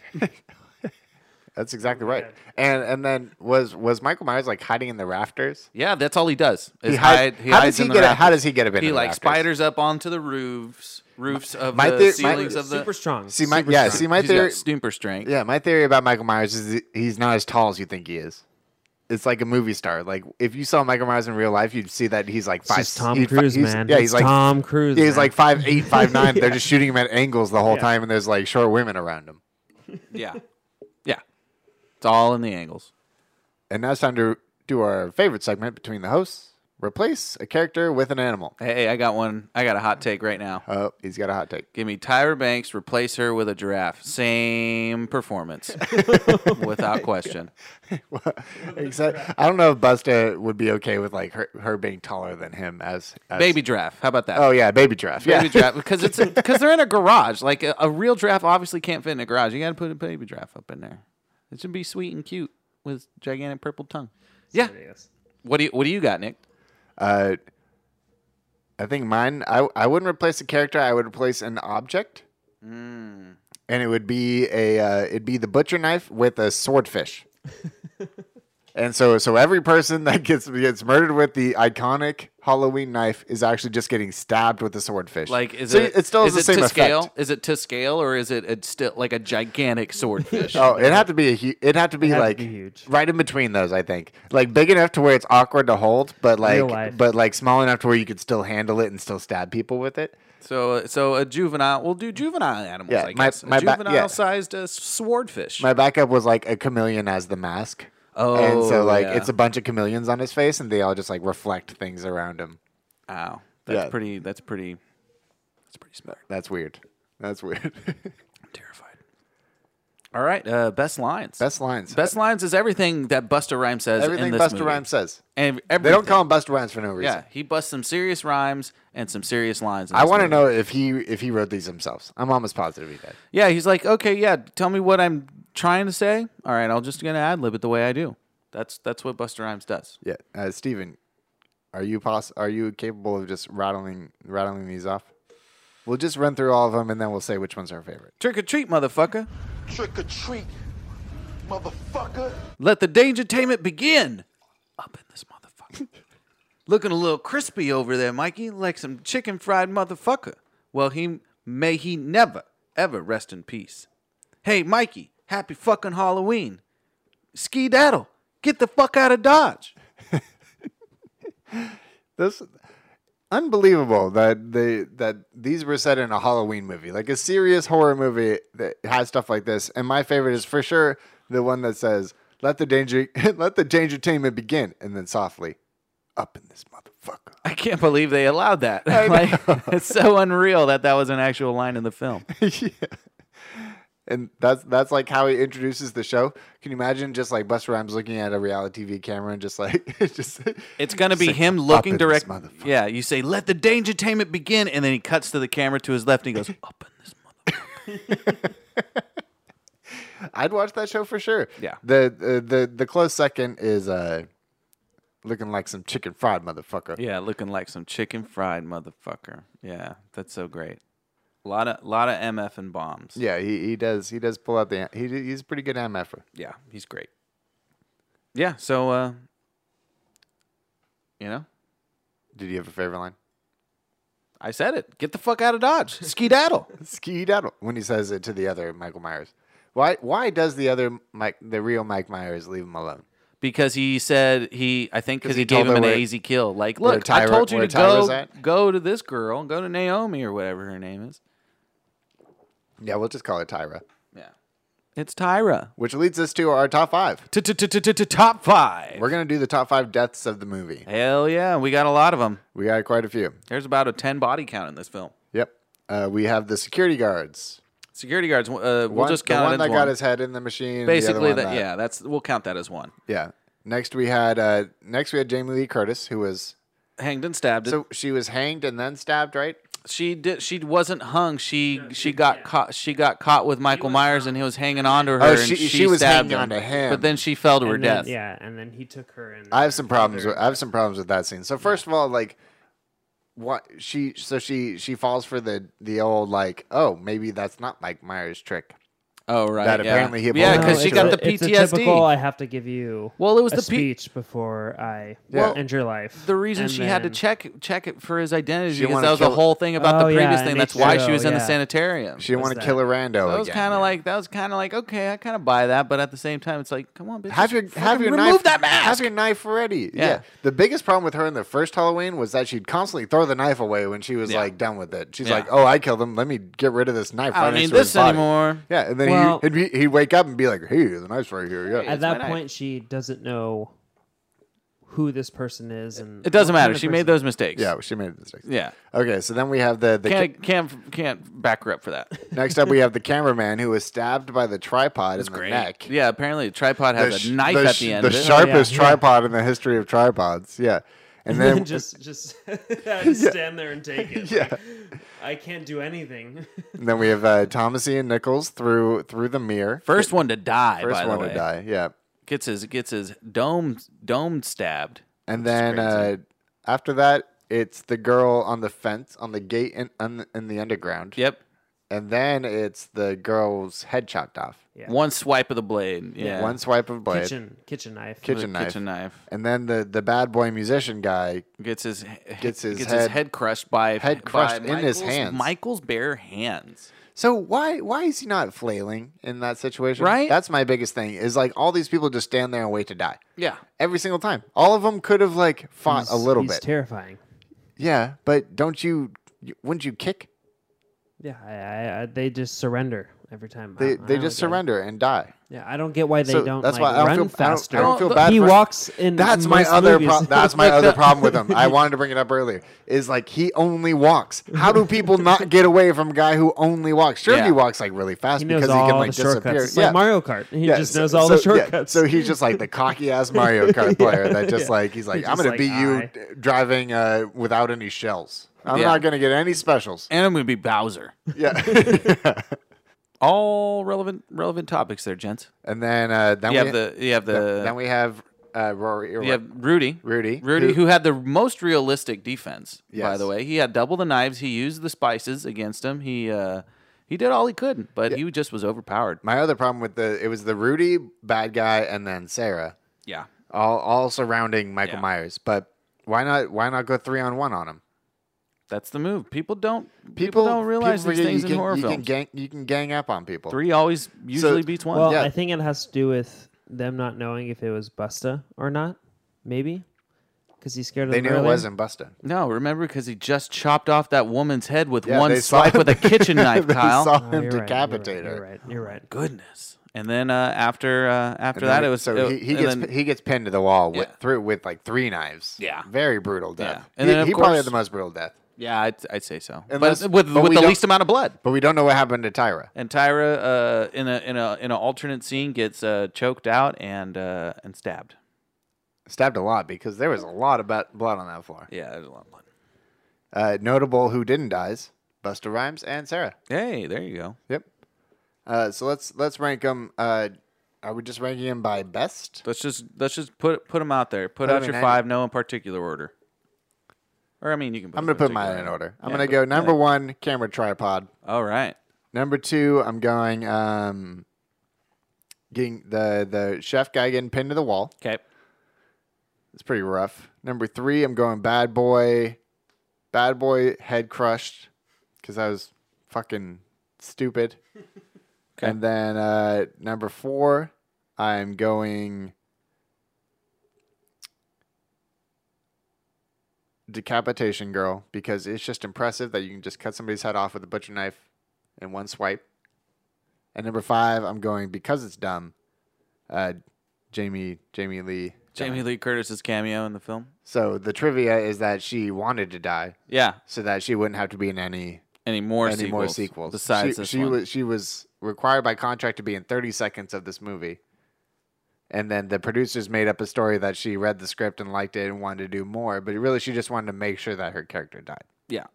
A: That's exactly right. And and then was was Michael Myers like hiding in the rafters?
B: Yeah, that's all he does. Is
A: hide-
B: hide, he
A: how
B: hides
A: does he
B: in the
A: get up-
B: rafters.
A: how does he get up into
B: He
A: the
B: like
A: rafters?
B: spiders up onto the roofs, roofs of
A: My
B: the
A: theor- my-
B: ceilings of the.
D: Super strong.
A: See my yeah, see my
B: He's got
A: theory
B: super strength.
A: Yeah, my theory about Michael Myers is that he's not as tall as you think he is. It's like a movie star. Like if you saw Michael Myers in real life, you'd see that he's like
D: It's
A: five.
D: just Tom
A: he'd fi-
D: Cruise,
A: he's-
D: man.
A: Yeah,
D: It's
A: he's like
D: Tom Cruise,
A: He's
D: man.
A: like
B: [laughs]
A: five eight, five nine. They're just shooting him at angles the whole time, and there's like short women around him.
B: Yeah. Yeah. It's all in the angles.
A: And now it's time to do our favorite segment between the hosts. Replace a character with an animal.
B: Hey, hey, I got one. I got a hot take right now.
A: Oh, he's got a hot take. [laughs]
B: Give me Tyra Banks, replace her with a giraffe.
A: [laughs]
B: Same performance. Without question.
A: Except, I don't know if Busta would be okay with like her, her being taller than him as, as
B: Baby giraffe. How about that?
A: Oh yeah, baby giraffe.
B: Baby
A: yeah.
B: giraffe because it's because they're in a garage. Like a, a real giraffe obviously can't fit in a garage. You got to put a baby giraffe up in there. It should be sweet and cute with gigantic purple tongue. Yeah. What do you What do you got, Nick?
A: Uh, I think mine. I I wouldn't replace a character. I would replace an object.
B: Mm.
A: And it would be a uh, it'd be the butcher knife with a
B: [laughs]
A: swordfish. and so so every person that gets gets murdered with the iconic Halloween knife is actually just getting stabbed with a swordfish.
B: Like, is
A: So
B: it
A: it still has
B: is
A: the
B: it
A: same
B: to
A: effect.
B: scale? Is it to scale or is it it's still like a gigantic
A: [laughs]
B: swordfish?
A: Oh, it'd have to be a hu- it'd have to be
D: have to
A: like
D: be huge.
A: right in between those, I think. Like big enough to where it's awkward to hold, but
D: Real
A: like
D: life.
A: but like small enough to where you could still handle it and still stab people with it.
B: So, so a juvenile. We'll do juvenile animals.
A: Yeah,
B: I
A: my-
B: guess.
A: my
B: a
A: ba- yeah.
B: juvenile-sized uh, swordfish.
A: My backup was like a chameleon as the mask.
B: Oh,
A: and so like
B: yeah.
A: it's a bunch of chameleons on his face and they all just like reflect things around him.
B: Ow, that's
A: Yeah.
B: pretty. That's pretty. That's pretty smart.
A: That's weird. That's weird. [laughs]
B: I'm terrified. All right, uh, best lines.
A: Best lines.
B: Best lines is everything that Buster Rhymes says.
A: everything
B: in this
A: Buster
B: movie.
A: Rhymes says.
B: And
A: They
B: everything.
A: don't call him Buster Rhymes for no reason.
B: Yeah, he busts some serious rhymes and some serious lines. in
A: I
B: this
A: want to
B: movie.
A: know if he if he wrote these himself. I'm almost positive he did.
B: Yeah, he's like, okay, yeah, tell me what I'm trying to say. All right, I'll just gonna ad lib it the way I do. That's that's what Buster Rhymes does.
A: Yeah, uh, Steven, are you poss- Are you capable of just rattling rattling these off? We'll just run through all of them, and then we'll say which one's our favorite.
B: Trick or treat, motherfucker.
F: Trick or treat, motherfucker.
B: Let the dangertainment begin. Up in this motherfucker. [laughs] Looking a little crispy over there, Mikey, like some chicken fried motherfucker. Well, he may he never ever rest in peace. Hey, Mikey, happy fucking Halloween. Ski daddle, get the fuck out of Dodge.
A: This unbelievable that they that these were set in a Halloween movie, like a serious horror movie that has stuff like this. And my favorite is for sure the one that says, "Let the danger, [laughs] let the dangertainment begin," and then softly, "Up in this motherfucker."
B: I can't believe they allowed that. [laughs] like, it's so unreal that that was an actual line in the film.
A: [laughs] And that's that's like how he introduces the show. Can you imagine just like Buster Rhymes looking at a reality TV camera and just like [laughs] just
B: It's gonna be
A: Say,
B: him
A: "Up
B: looking
A: in this
B: direct.
A: motherfucker."
B: Yeah, you say, "Let the dangertainment begin," and then he cuts to the camera to his left and he goes, "Up in this motherfucker."
A: I'd watch that show for sure.
B: Yeah.
A: The uh, the the close second is uh looking like some chicken fried motherfucker.
B: Yeah, looking like some chicken fried motherfucker. Yeah, that's so great. A lot of lot of MF and bombs.
A: Yeah, he, he does he does pull out the he he's a pretty good MFer.
B: Yeah, he's great. Yeah, so uh you know,
A: Did you have a favorite line?
B: I said it. Get the fuck out of Dodge. Skedaddle.
A: Skedaddle. When he says it to the other Michael Myers. Why why does the other Mike the real Mike Myers leave him alone?
B: because he said he I think
A: 'Cause
B: because
A: he
B: he, gave
A: told
B: him
A: her
B: an
A: where-
B: easy kill. Like,
A: where
B: look, I
A: Tyra-
B: told you
A: where
B: to
A: Tyra's
B: go
A: at?"
B: go to this girl, go to Naomi or whatever her name is.
A: Yeah, we'll just call it Tyra.
B: Yeah, it's Tyra.
A: Which leads us to our top five.
B: Top five.
A: We're gonna do the top five deaths of the movie.
B: Hell yeah, we got a lot of them.
A: We got quite a few.
B: There's about a ten body count in this film.
A: Yep. Uh, we have the security guards.
B: Security guards. Uh, we'll
A: One-
B: just
A: the
B: count
A: one
B: it as
A: that
B: one.
A: got his head in the machine. and the other
B: Basically,
A: one
B: that,
A: that-
B: yeah, that's we'll count that as one.
A: yeah. Next we had uh, next we had Jamie Lee Curtis, who was
B: Hanged and stabbed.
A: so she was hanged and then stabbed, right?
B: she did. She wasn't hung. She she got caught. She got caught with Michael Myers, and he was hanging on to her. and
A: Oh, she-
B: she,
A: she was
B: stabbed
A: hanging onto him.
B: But then she fell to her
D: And then-
B: death.
D: Yeah, and then he took her and
A: I have some problems. With, I have some problems with that scene. So first of all, like, what she? So she she falls for the the old like, oh, maybe that's not Mike Myers' trick.
B: Oh right.
A: That
B: yeah.
A: apparently he
B: Yeah,
A: belongs
B: because she
A: to
B: got
A: it.
B: the
D: It's a typical.
B: PTSD.
D: I have to give you.
B: Well, it was
D: a
B: the P-
D: speech before I
A: Yeah.
D: end your life.
B: The reason
D: And
B: she had to
D: then-
B: check check it for his
A: She
B: identity because
A: wanted
B: that was
A: to
B: the
A: kill-
B: whole thing about
D: Oh,
B: the
D: yeah,
B: previous thing.
D: and
B: That's
D: they
B: why
D: show,
B: she was in the
D: yeah.
B: sanitarium.
A: She Oh, didn't want to
D: that?
A: kill a rando.
B: that was
A: again.
B: kind of like that was kind of like okay, I kind of buy that, but at the same time, it's like come on, bitch,
A: Have your
B: just
A: have
B: fucking
A: your
B: remove
A: knife.
B: that mask.
A: Have your knife ready. Yeah.
B: Yeah.
A: The biggest problem with her in the first Halloween was that she'd constantly throw the knife away when she was
B: Yeah.
A: like done with it. She's
B: Yeah.
A: like, "Oh, I killed him. Let me get rid of this knife."
B: I
A: right
B: don't
A: next
B: need
A: to his
B: this
A: body."
B: anymore.
A: Yeah, and then
D: Well-
A: he, he'd, be- he'd wake up and be like, "Hey, the knife's right here." Yeah.
D: At
B: my
D: that
B: knife.
D: point, she doesn't know who this person is, and
B: It doesn't
D: what kind
B: matter.
D: of
B: She made
D: person-
B: those mistakes.
A: yeah, she made a mistake.
B: yeah.
A: Okay, so then we have the the ca-
B: Can't can't can't back her up for that.
A: [laughs] Next up, we have the cameraman who was stabbed by the tripod in the neck.
B: Yeah. Apparently, a tripod
A: The
B: has
A: sh-
B: a knife at
A: sh-
B: the end.
A: The
B: of it. Oh,
A: sharpest
D: yeah.
A: tripod in the history of tripods. Yeah,
B: [laughs]
A: and then
D: [laughs] just just I just stand there and take it.
A: [laughs] yeah,
D: I can't do anything.
A: and then we have uh, Thomasy and Nichols through through the mirror.
B: First one to die.
A: First
B: by
A: one
B: the way.
A: to die. Yeah,
B: Gets his gets his dome dome stabbed.
A: and then uh, after that, it's the girl on the fence on the gate in on, in the underground.
B: Yep.
A: and then it's the girl's head chopped off.
D: Yeah.
B: One swipe of the blade. Yeah.
A: One swipe of blade, kitchen,
D: kitchen kitchen knife.
B: with a
A: knife.
B: kitchen knife.
A: and then the the bad boy musician guy
B: Gets his
A: Gets his head-
B: crushed by
A: head
B: by
A: crushed in his
B: Michael's-
A: hands.
B: Michael's bare hands.
A: So why why is he not flailing in that situation?
B: Right?
A: That's my biggest thing. Is like all these people just stand there and wait to die
B: Yeah.
A: every single time. All of them could have like fought a little
D: He's
A: bit.
D: terrifying.
A: yeah, but don't you? you- Wouldn't you kick?
D: Yeah, I, I, I, they just surrender every time. I-
B: Oh,
A: They
D: I
A: they
D: don't
A: just
D: get it.
A: surrender and die.
D: Yeah, I don't get why they
A: So
D: don't
A: that's
D: like,
A: why I don't
D: run
A: feel- I don't- I don't
D: faster.
A: feel bad
D: He
A: for-
D: walks in.
A: That's my
D: most
A: other
D: movies.
A: pro- that's my other problem with him. I wanted to bring it up earlier. Is like he only walks. How do people not get away from a guy who only walks? Sure, he
B: Yeah.
A: walks like really fast
D: [laughs] he knows
A: because he
D: all
A: can like
D: the shortcuts.
A: disappear.
D: It's like Mario Kart. He
A: Yeah,
D: just
A: so-
D: knows all the
A: so- yeah,
D: shortcuts.
A: so he's just like the cocky
D: [laughs]
A: ass Mario Kart player that just like he's like,
D: He's
A: I'm
D: just
A: gonna
D: like,
A: beat you
D: "I."
A: d- driving uh, without any shells. I'm
B: Yeah.
A: not gonna get any specials.
B: And I'm gonna be Bowser.
A: yeah.
B: [laughs] All relevant relevant topics there, gents.
A: And then uh, then
B: You
A: we
B: have the you have the
A: then, then we have uh, Rory.
B: you have Rudy.
A: Rudy,
B: Rudy,
A: who-
B: who, had the most realistic defense, by
A: Yes.
B: the way. He had double the knives. He used the spices against him. He uh, he did all he could, but he just was overpowered.
A: My other problem with the it was the Rudy bad guy and then Sarah,
B: Yeah.
A: all all surrounding Michael
B: Yeah.
A: Myers. But why not why not go three on one on him?
B: That's the move. People don't people,
A: People,
B: don't realize
A: people
B: these
A: forget
B: things
A: you
B: in
A: can,
B: horror
A: you
B: films.
A: Can gang, you can gang up on people.
B: Three always usually beats one.
D: Well,
A: Yeah.
D: I think it has to do with them not knowing if it was Busta or not, maybe, because he's scared of
A: They
D: them
A: knew it
D: earlier.
A: wasn't Busta.
B: no, remember because he just chopped off that woman's head with
A: Yeah,
B: one
A: [laughs] they saw
B: swipe
A: him-
B: with a kitchen knife,
A: they [laughs]
B: Kyle.
A: saw
D: Oh,
A: him
D: you're right, you're right,
A: decapitate her.
D: You're right. You're right.
B: Goodness. And then uh, after uh, after
A: And
B: that,
A: then-
B: it was
A: so
B: it-
A: he, he
B: and
A: gets
B: then-
A: he gets pinned to the wall with
B: Yeah.
A: through with like three knives.
B: Yeah.
A: very brutal death.
B: Yeah. And
A: he,
B: then, of
A: he probably had
B: course-
A: the most brutal death.
B: yeah, I'd, I'd say so.
A: Unless-
B: but with
A: but
B: with
A: we
B: the
A: don't-
B: least amount of blood.
A: But we don't know what happened to Tyra.
B: And Tyra, uh, in a in a in an alternate scene, gets uh, choked out and uh, and stabbed.
A: Stabbed a lot because there was a lot of bu- blood on that floor.
B: Yeah, there's a lot of blood.
A: Uh, notable who didn't dies: Busta Rhymes and Sarah.
B: Hey, there you go.
A: Yep. Uh, so let's let's rank them. Uh, are we just ranking them by best?
B: Let's just let's just put put them out there. Put,
A: Put
B: out
A: 'em
B: your
A: in
B: five, no in particular order. Or I mean, you can. Put
A: I'm
B: 'em
A: gonna put mine
B: particular
A: in order. I'm
B: Yeah,
A: gonna
B: but-
A: go number one, camera tripod.
B: All right.
A: Number two, I'm going um, getting the the chef guy getting pinned to the wall.
B: Okay.
A: It's pretty rough. Number three, I'm going Bad Boy. Bad Boy Head Crushed because I was fucking stupid. And then uh, number four, I'm going Decapitation Girl because it's just impressive that you can just cut somebody's head off with a butcher knife in one swipe. And number five, I'm going because it's dumb. Uh, Jamie Jamie Lee.
B: Jamie Lee Curtis's cameo in the film.
A: So the trivia is that she wanted to die
B: Yeah,
A: so that she wouldn't have to be in any
B: any more
A: any
B: sequels
A: more sequels.
B: besides
A: she,
B: this
A: she
B: one?
A: was she was required by contract to be in 30 seconds of this movie, and then the producers made up a story that she read the script and liked it and wanted to do more, but really she just wanted to make sure that her character died.
B: yeah,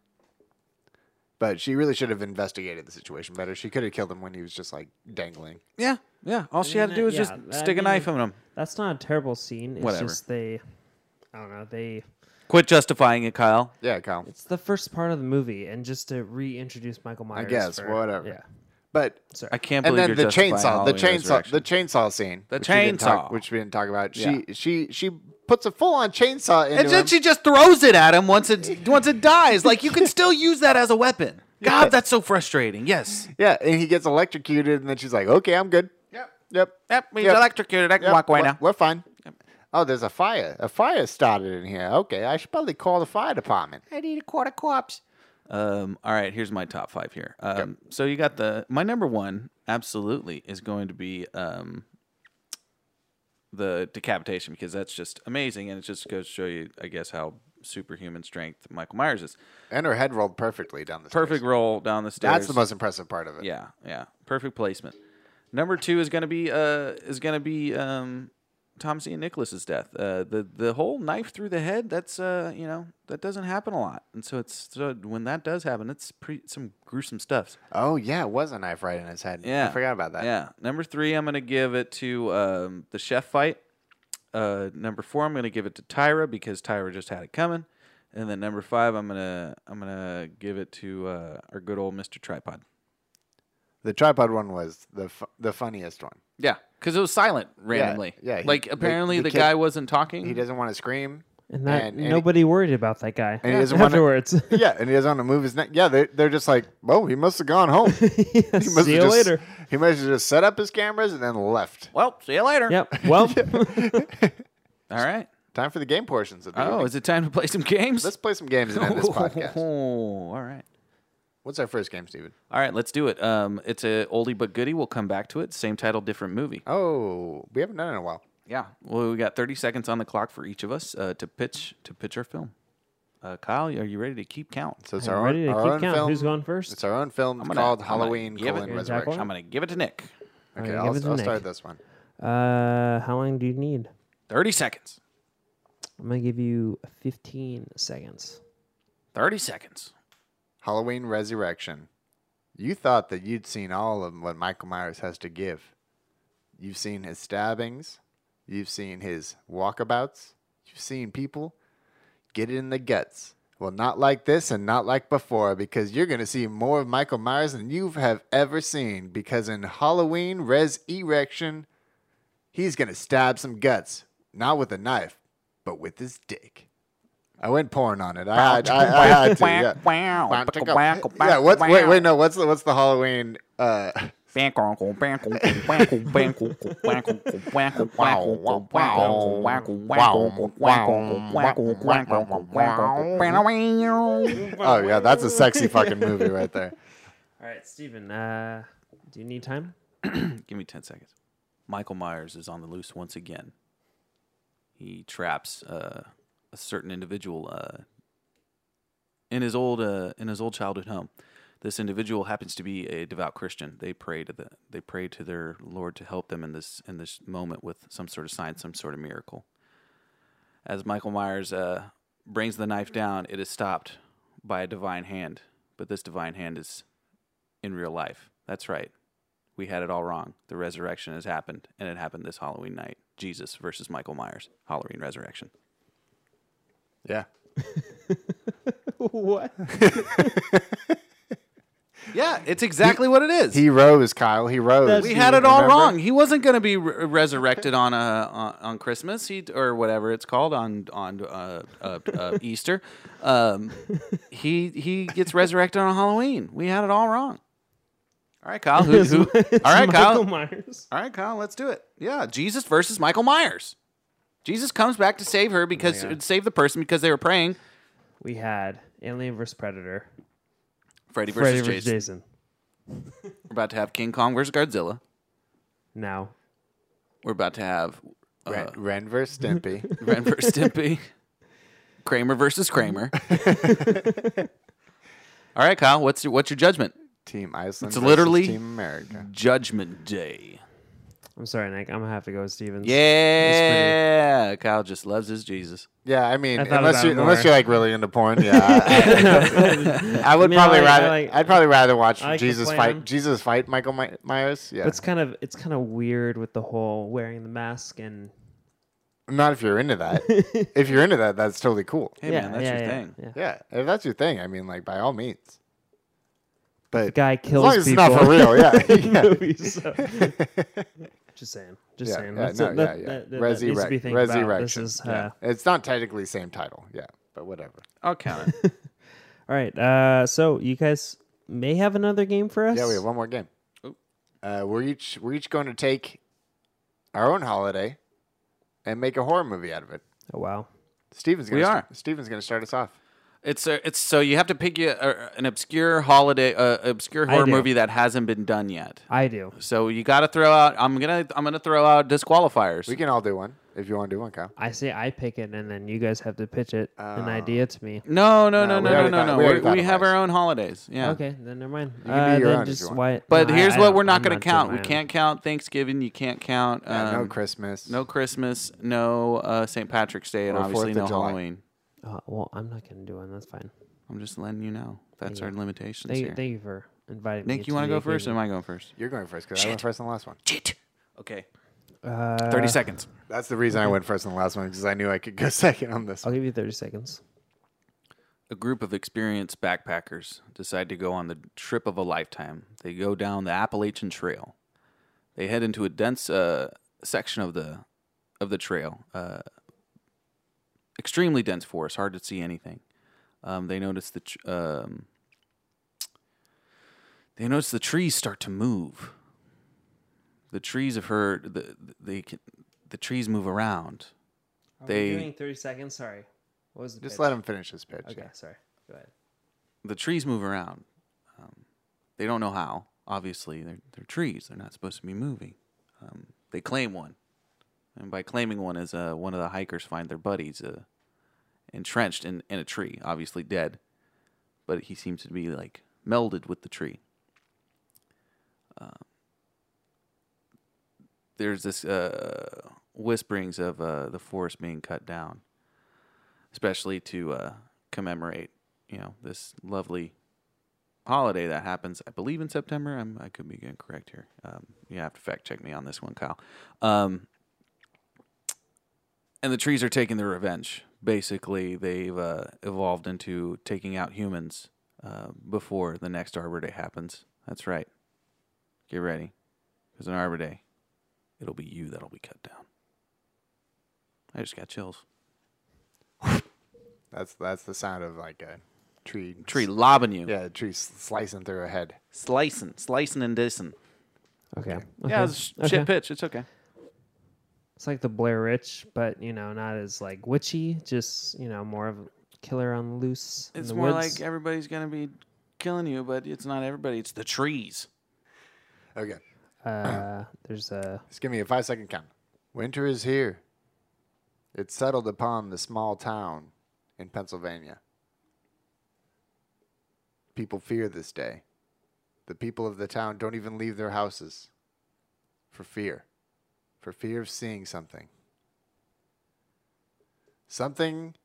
A: But she really should have investigated the situation better. She could have killed him when he was just like dangling.
B: yeah, yeah. All she had to
D: mean,
B: do was
D: yeah,
B: just
D: I
B: stick a
D: mean,
B: knife in him.
D: That's not a terrible scene. It's
B: Whatever.
D: just they, I don't know, they.
B: Quit justifying it, Kyle.
A: Yeah, Kyle.
D: It's the first part of the movie, and just to reintroduce Michael Myers.
A: guess,
D: for-
A: whatever.
D: Yeah.
A: But
B: I can't
A: and
B: believe
A: then
B: you're
A: the
B: justifying
A: chainsaw, the
B: Halloween
A: chainsaw,
B: Resurrection.
A: the chainsaw scene,
B: The
A: which we didn't talk-
B: chainsaw.
A: which we didn't talk about.
B: Yeah.
A: She she she puts a full on chainsaw into
B: And then
A: him.
B: she just throws it at him once it once it dies. Like
A: [laughs]
B: you can still use that as a weapon. God, that's so frustrating. Yes.
A: Yeah, and he gets electrocuted, and then she's like, "Okay, I'm good." Yep. Yep.
B: Yep, he's
A: Yep.
B: electrocuted. I can
A: Yep.
B: walk away
A: we're,
B: now.
A: We're fine. Oh, there's a fire. A fire started in here. Okay, I should probably call the fire department.
B: I need a quarter corpse. Um, all right, here's my top five here. Um, So you got the my number one absolutely is going to be um, the decapitation because that's just amazing and it just goes to show you, I guess, how superhuman strength Michael Myers is.
A: And her head rolled perfectly down the
B: Perfect
A: Stairs.
B: roll down the stairs.
A: That's the most impressive part of it.
B: Yeah, yeah. Perfect placement. Number two is gonna be uh is gonna be um Tom C and Nicholas's death. Uh the the whole knife through the head, that's uh you know, that doesn't happen a lot. And so it's so when that does happen, it's pretty some gruesome stuff.
A: Oh yeah, it was a knife right in his head.
B: Yeah.
A: I forgot about that.
B: Yeah. Number three, I'm gonna give it to um the chef fight. Uh number four, I'm gonna give it to Tyra because Tyra just had it coming. And then number five, I'm gonna I'm gonna give it to uh, our good old Mr. Tripod.
A: The tripod one was the fu- the funniest one.
B: Yeah, because it was silent randomly.
A: yeah, he-
B: like
A: the-
B: apparently the,
A: the kid-
B: guy wasn't talking.
A: He doesn't want to scream.
D: And that
A: And- and he-
D: nobody worried about that guy.
A: and he doesn't wanna-
D: afterwards.
A: Yeah, and [laughs] he doesn't want to move his neck. Yeah, they're, they're just like, oh, he must have gone home. [laughs] He
D: [laughs]
A: must have
D: See you
A: just-
D: later.
A: He must have just set up his cameras and then left.
B: Well, see you
A: [laughs]
B: later.
D: Yep. Well,
B: All right.
A: Time for the game portions of the
B: Oh,
A: evening.
B: is it time to play some games?
A: Let's play some games and end this podcast.
B: [laughs] Oh, all right.
A: What's our first game, Steven?
B: All right, let's do it. Um, it's a oldie but goodie. We'll come back to it. Same title, different movie.
A: Oh, we haven't done it in a while.
B: Yeah. Well, we got 30 seconds on the clock for each of us uh, to pitch to pitch our film. Uh, Kyle, are you ready to keep count?
A: So it's
D: I'm
A: our
D: ready
A: own,
D: to
A: our
D: keep
A: own
D: count.
A: film.
D: Who's going first?
A: It's our own film
B: I'm gonna-
A: called
B: I'm gonna
A: Halloween:
B: give it-
A: colon,
B: Jack
A: Resurrection.
B: I'm gonna give it to Nick.
A: Okay,
D: give
A: I'll,
D: it to
A: I'll
D: Nick.
A: start this one.
D: uh, how long do you need?
B: 30 seconds.
D: I'm gonna give you 15 seconds.
B: 30 seconds.
A: Halloween Resurrection. You thought that you'd seen all of what Michael Myers has to give. You've seen his stabbings. You've seen his walkabouts. You've seen people get it in the guts. Well, not like this and not like before, because you're going to see more of Michael Myers than you have ever seen. Because in Halloween Res Erection, he's going to stab some guts, not with a knife, but with his dick. I went porn on it. I had, I, I had to. Yeah.
B: Wow.
A: Yeah, what's wait wait no what's the what's the Halloween
D: [laughs]
A: uh oh yeah that's a sexy
D: [laughs]
A: fucking movie right there.
D: All right, Steven, uh, do you
B: [laughs]
D: need time?
B: [clears throat] Give me 10 seconds. Michael Myers is on the loose once again. He traps uh, a certain individual uh, in his old uh, in his old childhood home. This individual happens to be a devout Christian. They pray to the they pray to their Lord to help them in this in this moment with some sort of sign, some sort of miracle. As Michael Myers uh, brings the knife down, it is stopped by a divine hand. But this divine hand is in real life. That's right we had it all wrong. The resurrection has happened, and it happened this Halloween night. Jesus versus Michael Myers, Halloween resurrection.
A: Yeah.
D: What?
B: Yeah, it's exactly what it is.
A: He rose, Kyle. He rose.
B: we had it all wrong. He wasn't going to be re- resurrected on a on, on Christmas he, or whatever it's called on on uh, uh,
A: [laughs]
B: uh, Easter. Um, he he gets resurrected on Halloween. We had it all wrong. All
A: [laughs]
B: right,
D: [laughs]
B: Kyle. Who, who, all right, Kyle.
D: Michael Myers.
B: All right, Kyle. Let's do it. Yeah, Jesus versus Michael Myers. Jesus comes back to save her because
D: Oh,
B: uh, save the person because they were praying.
D: We had Alien vs Predator.
B: Freddy versus
D: Freddy
B: Jason.
D: versus Jason.
B: We're about to have King Kong versus Godzilla.
D: Now
B: We're about to
D: [laughs]
B: have uh,
A: Ren, Ren versus Stimpy.
B: Ren versus Stimpy. Kramer versus
D: [laughs]
B: Kramer. All right, Kyle. What's your, what's your judgment?
A: Team Iceland.
B: It's
A: versus
B: literally-
A: Team America.
B: Judgment Day.
D: I'm sorry, Nick. I'm gonna have to go with Stevens.
B: Yeah, Kyle just loves his Jesus.
A: Yeah, I mean,
D: I thought
A: unless
D: about
A: you
D: it more.
A: unless you're like really into
D: [laughs]
A: porn, yeah. I- I, would
D: No,
A: probably
D: I- I
A: rather.
D: like-
A: I'd probably rather watch
D: I like the
A: Jesus
D: plan.
A: fight Jesus fight Michael My- Myers. Yeah,
D: But it's kind of it's kind of weird with the whole wearing the mask and
A: not if you're into
D: [laughs]
A: that. if you're into that, that's totally cool.
B: Hey
D: yeah,
B: man, that's
D: yeah,
B: your
D: yeah,
B: thing.
D: Yeah.
A: Yeah, if that's your thing, I mean, like by all means. But
D: The guy
A: as
D: kills
A: long as it's
D: people.
A: not for
D: [laughs]
A: real, yeah. yeah.
D: movies, so-
A: [laughs]
D: Just saying. Just
A: Yeah,
D: saying.
A: yeah,
D: That's
A: no,
D: it. That,
A: yeah, yeah.
D: that- that- that needs to
A: Resurrect-
D: be thinking about.
A: resurrection.
D: This is, uh,
A: yeah. It's not technically the same title, yeah, but whatever.
B: I'll count it.
D: All right. Uh, so you guys may have another game for us.
A: Yeah, we have one more game. Uh, we're each we're each going to take our own holiday and make a horror movie out of it.
D: Oh wow.
A: Steven's gonna
B: We
A: st-
B: are.
A: Steven's gonna start us off.
B: It's uh, it's so you have to pick you uh, an obscure holiday, uh, obscure
D: I
B: horror
D: do.
B: movie that hasn't been done yet.
D: I do.
B: So you got to throw out. I'm gonna I'm gonna throw out disqualifiers.
A: We can all do one if you want to do one, Kyle.
D: I say I pick it, and then you guys have to pitch it an
A: Uh,
D: idea to me.
B: no, no,
A: No, we
B: no, no,
A: already
B: no, no,
A: thought-
B: no.
A: we already
B: We're-
A: thought
B: We
A: of
B: have our
A: ours.
B: own holidays. Yeah.
D: Okay, then never mind.
A: can do
D: Uh,
A: your
D: then
A: own if
D: just
A: you want.
D: why-
B: But
D: no, I-
B: here's
D: I
B: what
D: don't-
B: we're not
D: I'm
B: going to
D: doing
B: count. We
D: mine.
B: can't count Thanksgiving. You can't count. Um,
A: Yeah, Uh, no Christmas.
B: No Christmas. No uh, St. Patrick's Day, and
A: Or
B: obviously
A: Fourth of
B: no
A: July.
B: Halloween.
D: Uh, well, I'm not going to do one. That's fine.
B: I'm just letting you know. That's our limitations
D: Thank,
B: here.
D: thank you for inviting me.
B: Nick, you want to
D: the
B: go first, or am
D: occasion.
B: I going first?
A: You're going first because I went first and last one.
B: Okay.
D: Uh,
B: Thirty seconds.
A: That's the reason I went first and last one because I knew I could go [laughs] second on this.
D: I'll
A: one.
D: give you 30 seconds.
B: A group of experienced backpackers decide to go on the trip of a lifetime. They go down the Appalachian Trail. They head into a dense uh, section of the of the trail, uh, extremely dense forest, hard to see anything. Um, they notice the tr- um, they notice the trees start to move. The trees have heard the they can, the trees move around. They- doing
D: 30 seconds. Sorry. What was the
A: Just let him finish his pitch.
D: Okay, sorry. Go ahead.
B: the trees move around. Um, they don't know how. Obviously, they're, they're trees. They're not supposed to be moving. Um, they claim one, and by claiming one is uh, one of the hikers find their buddies uh, entrenched in, in a tree, obviously dead, but he seems to be like melded with the tree. Um, there's this uh, whisperings of uh, the forest being cut down, especially to uh, commemorate, you know, this lovely holiday that happens. I believe in September. I'm, I could be getting correct here. Um, you have to fact check me on this one, Kyle. Um, and the trees are taking their revenge. Basically, they've uh, evolved into taking out humans uh, before the next Arbor Day happens. That's right. Get ready. Because an Arbor Day it'll be you that'll be cut down. I just got chills.
A: That's that's the sound of like a tree
B: Tree lobbing you.
A: Yeah, a tree s- slicing through a head.
B: Slicing, slicing and dissing.
D: Okay.
B: Yeah, it's a shit pitch. It's okay.
D: It's like the Blair Witch, but, you know, not as, like, witchy. Just, you know, more of a killer on the loose. in
B: It's
D: the
B: more
D: woods.
B: like everybody's going to be killing you, but it's not everybody. It's the trees.
A: Okay,
D: Uh,
B: [clears throat]
D: there's a.
A: just give me a five second count. Winter is here. It settled upon the small town in Pennsylvania. People fear this day. The people of the town don't even leave their houses for fear, for fear of seeing something. Something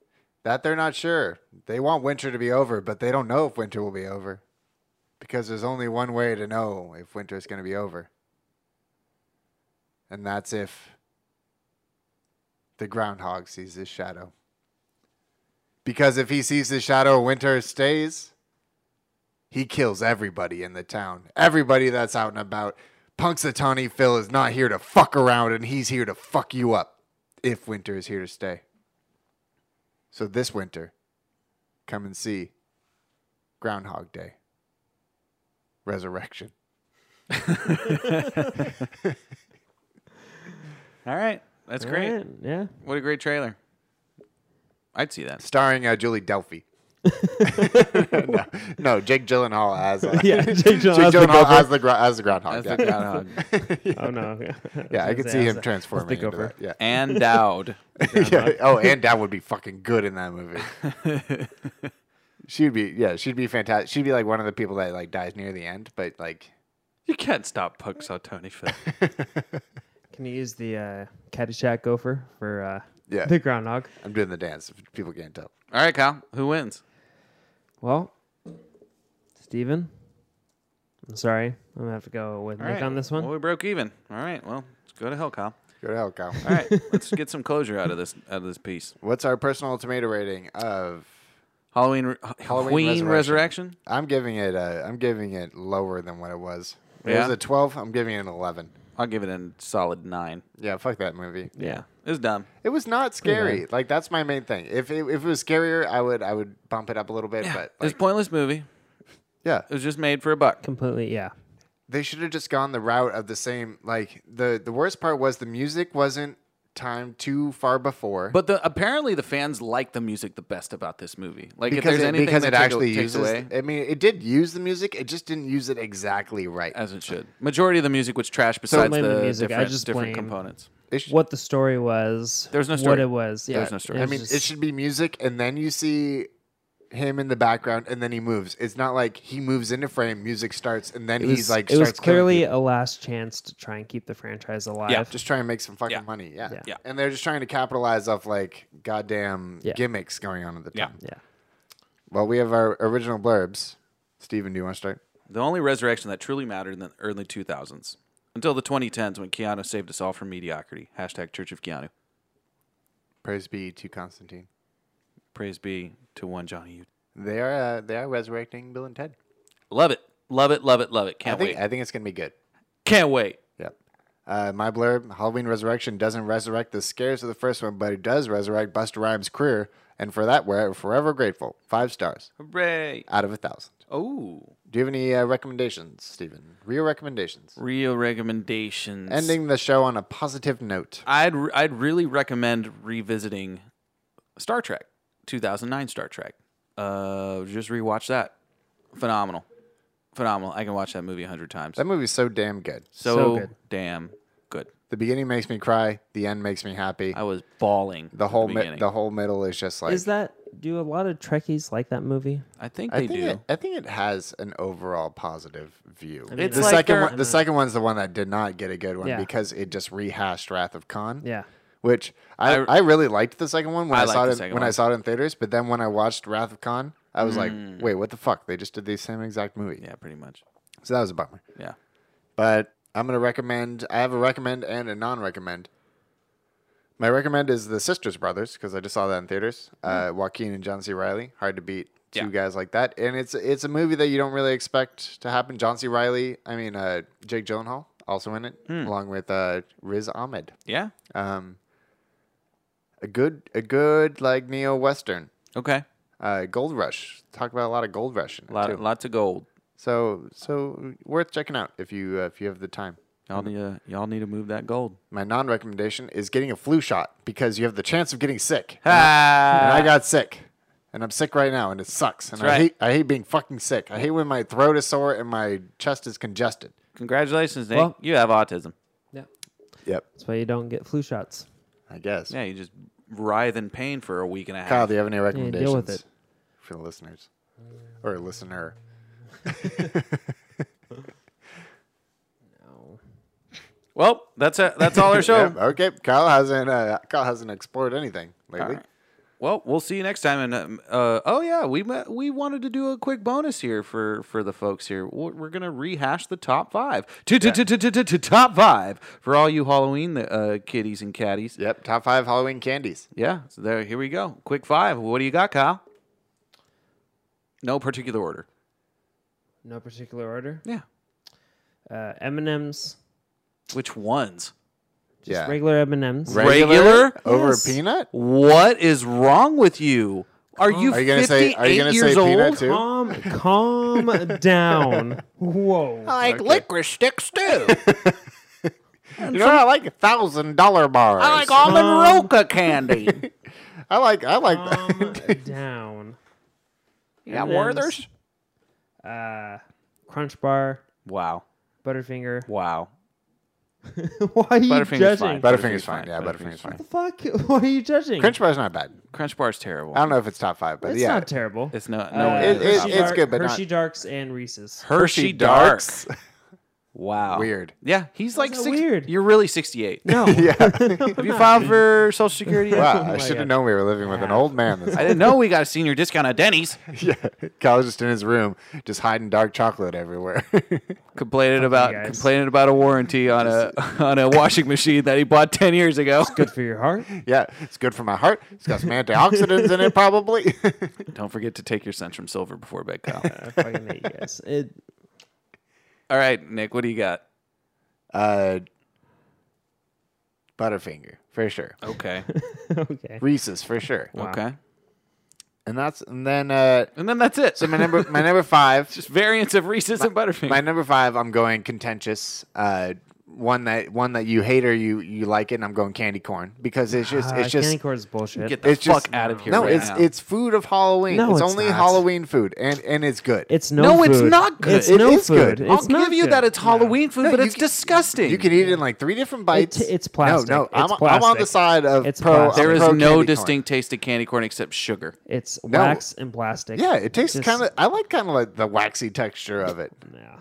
A: that they're not sure. They want winter to be over, but they don't know if winter will be over because there's only one way to know if winter is going to be over. And that's if the groundhog sees his shadow. Because if he sees his shadow, winter stays. He kills everybody in the town. Everybody that's out and about. Punxsutawney Phil is not here to fuck around, and he's here to fuck you up. If winter is here to stay. So this winter, come and see Groundhog Day. Resurrection.
B: All right. That's
D: All
B: great.
D: right,
B: [laughs]
D: Yeah.
B: What a great trailer. I'd see that.
A: starring uh, Julie
D: [laughs]
A: Delphi. [laughs] no, no, Jake Gyllenhaal as uh, [laughs]
D: Yeah, Jake Gyllenhaal as the
A: Gyllenhaal
D: gopher.
A: as the, gro- as the groundhog.
B: That's
A: yeah.
B: the groundhog.
D: Oh no. [laughs]
A: yeah, I
D: was
A: could see
D: gonna say,
A: him
D: that's-
A: transforming
D: that's the
A: into that.
D: gopher.
B: [laughs]
A: Yeah.
B: [laughs] And Dowd.
A: [laughs] yeah. Oh, and Dad would be fucking good in that movie.
B: [laughs]
A: she'd be, yeah, she'd be fantastic. She'd be like one of the people that like dies near the end, but like, [laughs]
B: You can't stop Punxsutawney Phil.
D: Can you use the uh, Caddyshack gopher for uh,
A: Yeah.
D: the groundhog?
A: I'm doing the dance. If people can't tell.
B: [laughs] All right, Kyle. Who wins?
D: Well, Steven, I'm sorry. I'm gonna have to go with
B: All
D: Nick
B: right.
D: on this one.
B: Well, we broke even. All right. Well, let's go to hell, Kyle.
A: Go to hell, Kyle.
B: All right.
D: [laughs]
B: let's get some closure out of this out of this piece.
A: What's our personal tomato rating of?
B: Halloween, re- Halloween
A: Resurrection.
B: Resurrection.
A: I'm giving it. A, I'm giving it lower than what it was. It
B: Yeah?
A: was a 12. I'm giving it an 11.
B: I'll give it a solid nine.
A: Yeah, fuck that movie.
D: yeah.
B: It's dumb.
A: It was not scary. Like that's my main thing. If it, if it was scarier, I would I would bump it up a little bit. But
B: It's
A: like,
B: a pointless movie.
A: yeah,
B: It was just made for a buck.
D: Completely. Yeah.
A: they should have just gone the route of the same. Like the the worst part was the music wasn't timed too far before.
B: But the, apparently, the fans like the music the best about this movie. Like, if
A: because
B: there's
A: it,
B: anything
A: because
B: that
A: it
B: take-
A: actually
B: takes
A: uses.
B: away,
A: I mean, it did use the music. It just didn't use it exactly right.
B: as it should. Majority of the music was trash. Besides
D: blame
B: the,
D: the music. I
B: different,
D: just
B: different
D: blame-
B: components.
A: It should-
D: What the story was.
B: There was no
D: What
B: story.
D: it was. Yeah.
B: There was no story.
A: I
D: was
A: mean, it
D: just-
A: should be music, and then you see him in the background, and then he moves. It's not like he moves into frame, music starts, and then
D: It
A: he's
D: was,
A: like
D: it was
A: starts killing
D: clearly
A: people.
D: a last chance to try and keep the franchise alive.
B: Yeah,
A: just trying to make some fucking
B: Yeah.
A: money. Yeah.
D: Yeah.
B: Yeah.
A: And they're just trying to capitalize off like goddamn
D: Yeah.
A: gimmicks going on at the time.
D: Yeah.
A: Well, we have our original blurbs. Steven, do you want to start?
B: The only resurrection that truly mattered in the early 2000s, until the 2010s when Keanu saved us all from mediocrity. Hashtag Church of Keanu.
A: Praise be to Constantine.
B: Praise be to one Johnny. Ut-
A: They are uh, they are resurrecting Bill and Ted.
B: Love it, love it, love it, love it.
A: I
B: Can't
A: think
B: wait.
A: I think it's gonna be good.
B: Can't wait.
A: Yep. Uh, my blurb: Halloween Resurrection doesn't resurrect the scares of the first one, but it does resurrect Buster Rhymes' career, and for that we're forever grateful. Five stars
B: Hooray!
A: out of a thousand.
B: Oh,
A: Do you have any uh, recommendations, Steven? Real recommendations.
B: real recommendations.
A: Ending the show on a positive note.
B: I'd re- I'd really recommend revisiting Star Trek, 2009 Star Trek. Uh, just rewatch that. Phenomenal, phenomenal. I can watch that movie a hundred times.
A: That movie's so damn good.
B: so
D: so good.
B: damn good.
A: The beginning makes me cry. The end makes me happy.
B: I was bawling.
A: The
B: at
A: whole
B: the,
A: mi-
B: beginning.
A: the whole middle is just like
D: Is that do a lot of Trekkies like that movie?
B: I think
A: I
B: they
A: think
B: do.
A: It, I think it has an overall positive view.
D: mean, It's
A: the
B: like
A: second
B: they're-
A: one, the second one's the one that did not get a good one
D: Yeah.
A: because it just rehashed Wrath of Khan.
D: Yeah.
A: Which I,
B: I-
A: I, really liked the second one when
B: I
A: I,
B: liked
A: saw
B: the
A: it
B: second
A: when I
B: one.
A: saw it in theaters, but then when I watched Wrath of Khan, I was like, wait, what the fuck? They just did the same exact movie.
B: Mm. yeah, pretty much.
A: So that was a bummer.
B: Yeah.
A: But I'm gonna recommend. I have a recommend and a non-recommend. My recommend is the Sisters Brothers because I just saw that in theaters. Uh, Joaquin and John C. Riley, hard to beat. Two
B: Mm-hmm. Yeah.
A: guys like that, and it's it's a movie that you don't really expect to happen. John C. Riley, I mean uh, Jake Gyllenhaal, also in it,
B: Hmm.
A: along with uh, Riz Ahmed.
B: Yeah.
A: Um, a good a good like neo western.
B: Okay.
A: Uh, gold Rush. Talk about a lot of Gold Rush in it
B: Lot,
A: too.
B: lots of gold.
A: So so worth checking out if you uh, if you have the time.
B: Y'all need to y'all need to move that gold.
A: my non recommendation is getting a flu shot because you have the chance of getting sick.
B: Ah.
A: And I got sick. And I'm sick right now and it sucks. And I
B: right.
A: hate I hate being fucking sick. I hate when my throat is sore and my chest is congested.
B: Congratulations, Nate.
D: Well-
B: you have autism.
A: Yep.
D: That's why you don't get flu shots.
A: I guess.
B: Yeah, you just writhe in pain for a week and a half.
A: Kyle, do you have any
D: deal
A: recommendations
D: with it.
A: for the listeners? Or listener.
B: Well, that's a, that's
A: [laughs]
B: all our show.
A: Yep, okay. Kyle hasn't uh, Kyle hasn't explored anything lately.
B: right. Well, we'll see you next time. And um, uh, oh yeah, we ma- we wanted to do a quick bonus here for for the folks here. We're, we're gonna rehash the top five. Top five for all you Halloween uh, kitties and caddies.
A: Yep, top five Halloween candies.
B: Yeah. So there, here we go. Quick five. What do you got, Kyle? No particular order.
D: No particular order.
B: Yeah.
D: Uh, M&M's.
B: Which ones?
D: Just
A: Yeah.
D: regular M&M's.
B: Regular?
A: over
D: Yes.
A: peanut?
B: What is wrong with you? Are you,
A: Are you gonna
B: 58
A: say- are you gonna say
B: years
A: peanut
B: old?
A: too?
D: Calm, calm down. Whoa.
I: Like licorice
B: [laughs]
I: sticks too.
A: You know, what I like thousand dollar bars.
I: I like
A: Um,
I: almond roca
A: [laughs]
I: candy.
A: I like. I like [laughs]
D: Calm
A: that.
B: Um,
D: down.
I: Yeah,
D: M&Ms.
I: Werther's.
D: Uh, Crunch Bar,
B: Wow.
D: Butterfinger.
B: Wow.
D: [laughs] Why are you
B: Butterfinger's
D: judging?
B: fine.
A: Butterfinger's fine. Yeah, Butterfinger's
B: Butterfinger's
A: fine.
B: fine.
D: Fuck. [laughs] Why are you judging?
A: Crunch bar's not bad.
B: Crunch Bar's terrible.
A: I don't know if it's top five, but
D: It's
A: yeah,
D: not terrible.
B: It's no, no.
D: Uh,
B: one
A: it- it-
B: does top
D: Hershey
A: it's
B: five.
D: Dark-
A: good, but not-
D: Hershey Darks and Reese's.
B: Hershey Darks. Wow.
A: Weird.
B: Yeah, he's like
D: that
B: six,
D: weird?
B: You're really 68.
A: [laughs]
D: [laughs] No.
B: Have you filed for Social Security?
A: [laughs]
B: yet? [laughs]
A: Wow,
D: my
A: I should
D: God.
A: have known we were living with an old man. That's
B: I didn't know we got a senior discount at Denny's.
A: [laughs] yeah, Kyle's just in his room, just hiding dark chocolate everywhere. [laughs]
B: Complaining about
D: guys.
B: complaining about a warranty on a [laughs] on a washing machine that he bought 10 years ago. [laughs]
D: Good for your
A: [laughs]
D: heart.
A: yeah, it's good for my heart. It's got some antioxidants in it, probably. [laughs]
B: Don't forget to take your Centrum Silver before bed, Kyle.
D: I fucking hate you guys. It,
B: [laughs]
D: [laughs]
B: All right, Nick, what do you got?
A: uh, Butterfinger for sure.
B: Okay.
D: okay.
A: Reese's for sure.
B: Okay.
A: And that's and then uh,
B: And then that's it.
A: so my number my number
B: [laughs]
A: five.
B: Just variants of Reese's and Butterfinger.
A: My number five, I'm going contentious. Uh, one that one that you hate or you you like it. and I'm going candy corn because it's just
D: Uh,
A: it's just
D: candy corn is bullshit.
B: Get the
A: it's
B: fuck
A: just
B: out of here.
A: No,
B: right
A: it's
B: now.
A: it's food of Halloween.
D: No,
A: it's,
D: it's
A: only
D: not.
A: Halloween food, and and it's good.
D: It's no.
B: No, it's
D: food.
B: not good.
D: It's
B: It
D: no
A: is
D: food.
A: good.
B: I'll
D: It's not
B: give you
D: good.
B: that it's Halloween food,
A: No,
B: but
A: you
B: it's
A: can-
B: disgusting.
A: you can eat it in like three different bites.
D: it's plastic.
A: No, no,
D: It's
A: I'm, I'm on the
D: plastic.
A: side of
D: It's
A: pro.
D: plastic.
A: I'm
B: there is
A: pro candy
B: no
A: corn.
B: distinct taste of candy corn except sugar.
D: It's wax and plastic.
A: Yeah, it tastes
D: Just-
A: kind of. I like kind of like the waxy texture of it.
D: Nah.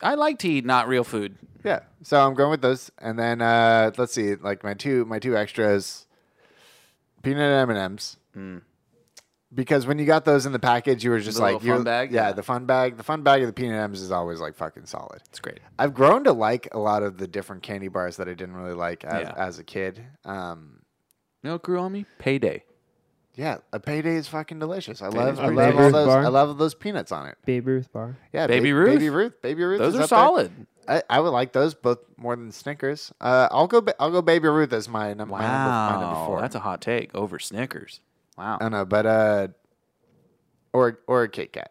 B: I like to eat not real food.
A: Yeah, so I'm going with those, and then uh, let's see, like my two my two extras, peanut M and M's. Because when you got those in the package, you were just
B: Hmm. The
A: like,
B: little
A: you're-
B: fun bag?
A: yeah,
B: Yeah.
A: the fun bag, the fun bag of the peanut M's is always like fucking solid.
B: It's great.
A: I've grown to like a lot of the different candy bars that I didn't really like as,
B: Yeah.
A: as a kid. Um,
B: You know what grew on me? Payday.
A: yeah, a payday is fucking delicious. I love, I love
D: pretty good.
A: all
D: Baby
A: those.
D: Ruth bar?
A: I love those peanuts on it.
D: Babe Ruth bar.
A: Yeah,
B: Baby Ruth?
A: Baby Ruth, Baby Ruth.
B: Those
A: is
B: are
A: up there.
B: solid.
A: I, I would like those both more than Snickers. Uh, I'll go. Ba- I'll go Baby Ruth as my, num- my number, my number
B: Wow,
A: four.
B: that's a hot take over Snickers. Wow.
A: I don't know, but uh, or or a Kit Kat.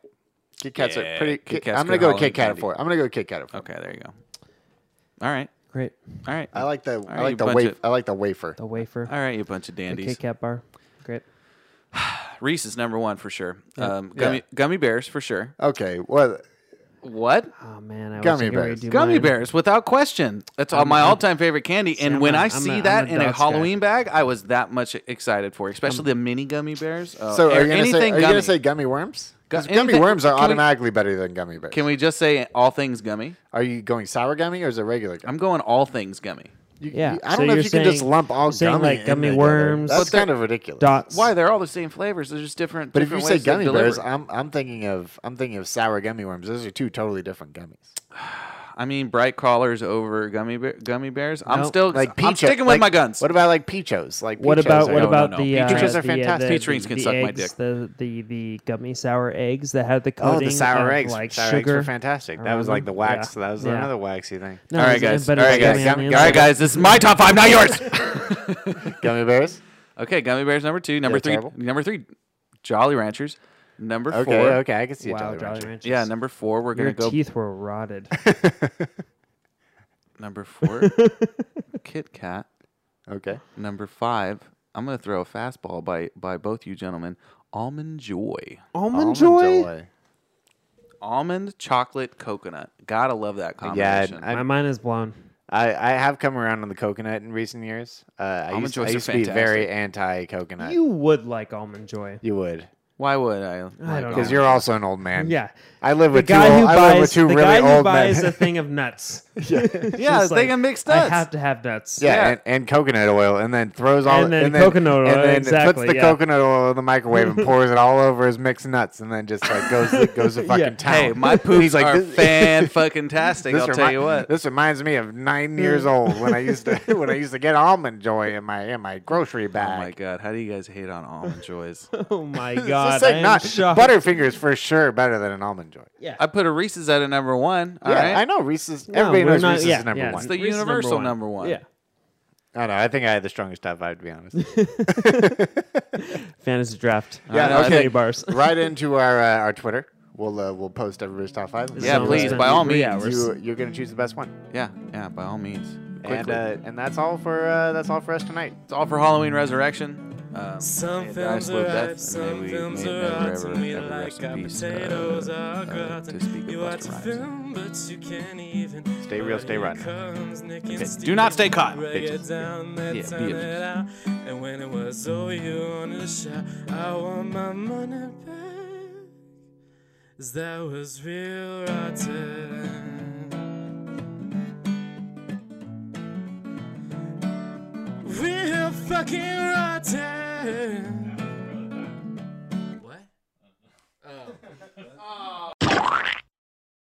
A: Kit Kats
B: Yeah,
A: are pretty.
B: Kit
A: Kit-
B: Kat's
A: I'm gonna
B: good
A: go
B: Halloween
A: Kit Kat at
B: candy.
A: four. I'm gonna go Kit Kat at four.
B: Okay, there you go. All right,
D: Great.
B: all right.
A: I like the.
B: All
A: I
B: right, you
A: like the
B: bunch
A: wafer.
B: of-
A: I like the wafer.
D: The wafer.
B: All right, you bunch of
D: the
B: dandies.
D: Kit Kat bar. Great.
B: Reese is number one for sure. Um,
A: Yeah.
B: gummy gummy bears for sure.
A: Okay, well,
B: What?
D: Oh man, I
A: Gummy
D: was
A: bears.
B: Gummy bears, without question. That's all my all-time favorite candy. And
D: I'm
B: when
D: a-
B: I
D: I'm a-
B: see
D: I'm
B: that
D: a
B: in a
D: Dots guy.
B: Halloween bag, I was that much excited for, it, especially the mini gummy bears. Oh,
A: So
B: a-
A: are you gonna say,
B: anything
A: are you gonna
B: gummy.
A: say gummy worms? 'Cause
B: Gu-
A: gummy
B: anything-
A: worms are
B: can we-
A: automatically better than gummy bears.
B: Can we just say all things gummy?
A: are you going sour gummy or is it regular? Gummy?
B: I'm going all things gummy.
A: You-
D: Yeah,
A: you- I don't know
D: so
A: if
D: you're
A: you can just
D: saying-
A: lump all
D: you're saying,
A: gummy
D: like,
A: in
D: gummy
A: together.
D: worms,
A: That's
D: But
A: kind of ridiculous.
D: Dots.
B: Why? They're all the same flavors. They're just different.
A: But if you
B: different
A: say
B: ways they
A: gummy
B: deliver
A: bears,
B: it.
A: I'm I'm thinking of I'm thinking of sour gummy worms. Those are two totally different gummies.
B: I mean, bright collars over gummy bear, gummy bears. I'm
D: No.
B: still
A: Like peach.
B: I'm sticking with
A: like-
B: my guns.
A: What about like peachos? Like
D: What
A: peachos
D: about
A: are-
D: what
B: no,
D: about
B: no.
D: the uh,
A: Peaches are
D: the,
A: fantastic.
D: Uh, the,
B: Peach rings can
D: the
B: suck my
D: eggs,
B: dick.
D: The, the the gummy sour eggs that had the coating.
A: Oh, the sour
D: of,
A: eggs.
D: like
A: sour eggs
D: sugar.
A: were fantastic. That was
D: around
A: like the
D: them.
A: wax.
D: Yeah.
A: That was
D: Yeah.
A: another waxy thing.
D: No,
B: all right,
D: there's-
B: guys. All
D: but it's
B: right,
D: gummy
B: guys.
D: on the
B: All right,
D: inside.
B: guys. This is my top five,
A: [laughs]
B: not yours.
A: Gummy
D: [laughs]
A: bears.
B: okay, gummy bears number two, number
A: Yeah,
B: three,
A: terrible.
B: number three, Jolly Ranchers, number
A: Okay,
B: four.
A: okay, I can see
D: Wow,
A: a
D: Jolly
A: Jolly Rancher.
D: Ranchers.
B: Yeah, number four. We're
D: Your
B: gonna go
D: teeth were rotted.
A: [laughs]
B: number four. Kit Kat.
A: Okay.
B: Number five. I'm gonna throw a fastball by by both you gentlemen. Almond Joy.
A: [laughs] Almond Joy.
B: Almond chocolate coconut. Gotta love that
A: Yeah,
B: combination.
A: I,
D: My mind is blown.
A: I, I have come around on the coconut in recent years. Uh, I
B: Almond
A: used, I
B: joys are
A: used to be very
B: fantastic.
A: anti coconut. You,
D: You would like almond joy.
A: would.
B: Why would I? like
D: don't know.
A: Because you're also an old man.
D: Yeah.
A: I live
D: The
A: with two,
D: guy who
A: old, I live
D: buys
A: with two
D: the
A: really
D: guy who
A: old
D: buys
A: [laughs]
D: a
A: men.
D: thing of nuts.
B: Yeah,
D: Just
B: they can
D: like,
B: mix
D: I
B: nuts.
D: have to have nuts.
A: Yeah, and, and coconut oil, and then throws all
D: And then coconut oil,
A: and then
D: exactly,
A: puts the
D: yeah.
A: coconut oil in the microwave
D: [laughs]
A: and pours it all over his mixed nuts, and then just like goes goes to fucking town.
B: Hey, my
A: And
B: poops
A: he's like,
B: are
A: "This- [laughs]
B: fan fucking tastic. I'll tell
A: remi- [laughs]
B: you what.
A: This reminds me of nine years old when I used
D: [laughs]
A: to [laughs] when I used to get almond joy in my in my grocery
B: Oh my
A: bag. [laughs]
D: [laughs]
B: god, how do you guys hate on almond joys?
D: [laughs] Oh my God,
A: just saying,
D: I am
A: not
D: shocked.
A: Butterfinger's for sure better than an almond joy.
D: Yeah.
B: I put a Reese's at a number one. All
A: yeah,
B: right,
A: I know Reese's.
D: No,
A: everybody
D: we're
A: knows
D: not-
A: Reese's
D: yeah,
A: is number
D: yeah,
A: one.
B: It's the
D: Reese's number
B: universal
D: one.
B: number one.
D: Yeah.
A: I know. I think I had the strongest top five, to be
D: [laughs]
A: honest.
D: Fantasy draft.
B: Yeah,
D: Uh,
B: okay.
D: many Bars.
A: right into our uh, our Twitter. We'll uh, we'll post everybody's top five.
D: This is
B: Yeah,
D: only
B: please,
D: gonna
B: by
D: be
B: all
D: three
B: means.
D: hours.
A: You, you're gonna choose the best one,
B: yeah, yeah. By all means,
A: and
B: quickly.
A: uh, and that's all for uh, that's all for us tonight.
B: it's all for Halloween Resurrection. Um,
I: Some
B: may the
I: films
B: dice load
I: are
B: death,
I: ripe,
B: and
I: some
B: may we-
I: films
B: may it
I: are
B: never,
I: hot to
B: ever,
I: me
B: ever
I: like
B: rest in
I: our
B: peace, uh,
I: potatoes
B: uh,
I: are
B: to
I: rotten.
B: speak of
I: You watch
B: Busta
I: a
B: Rhymes.
I: film, but you can't even.
A: Stay real, stay rotten.
B: Do not stay caught, bitches. Yeah,
I: Yeah,
B: be bitches.
I: And when it was over, you wanted to shout, I want my money back. 'Cause that was real rotten. Real fucking rotten.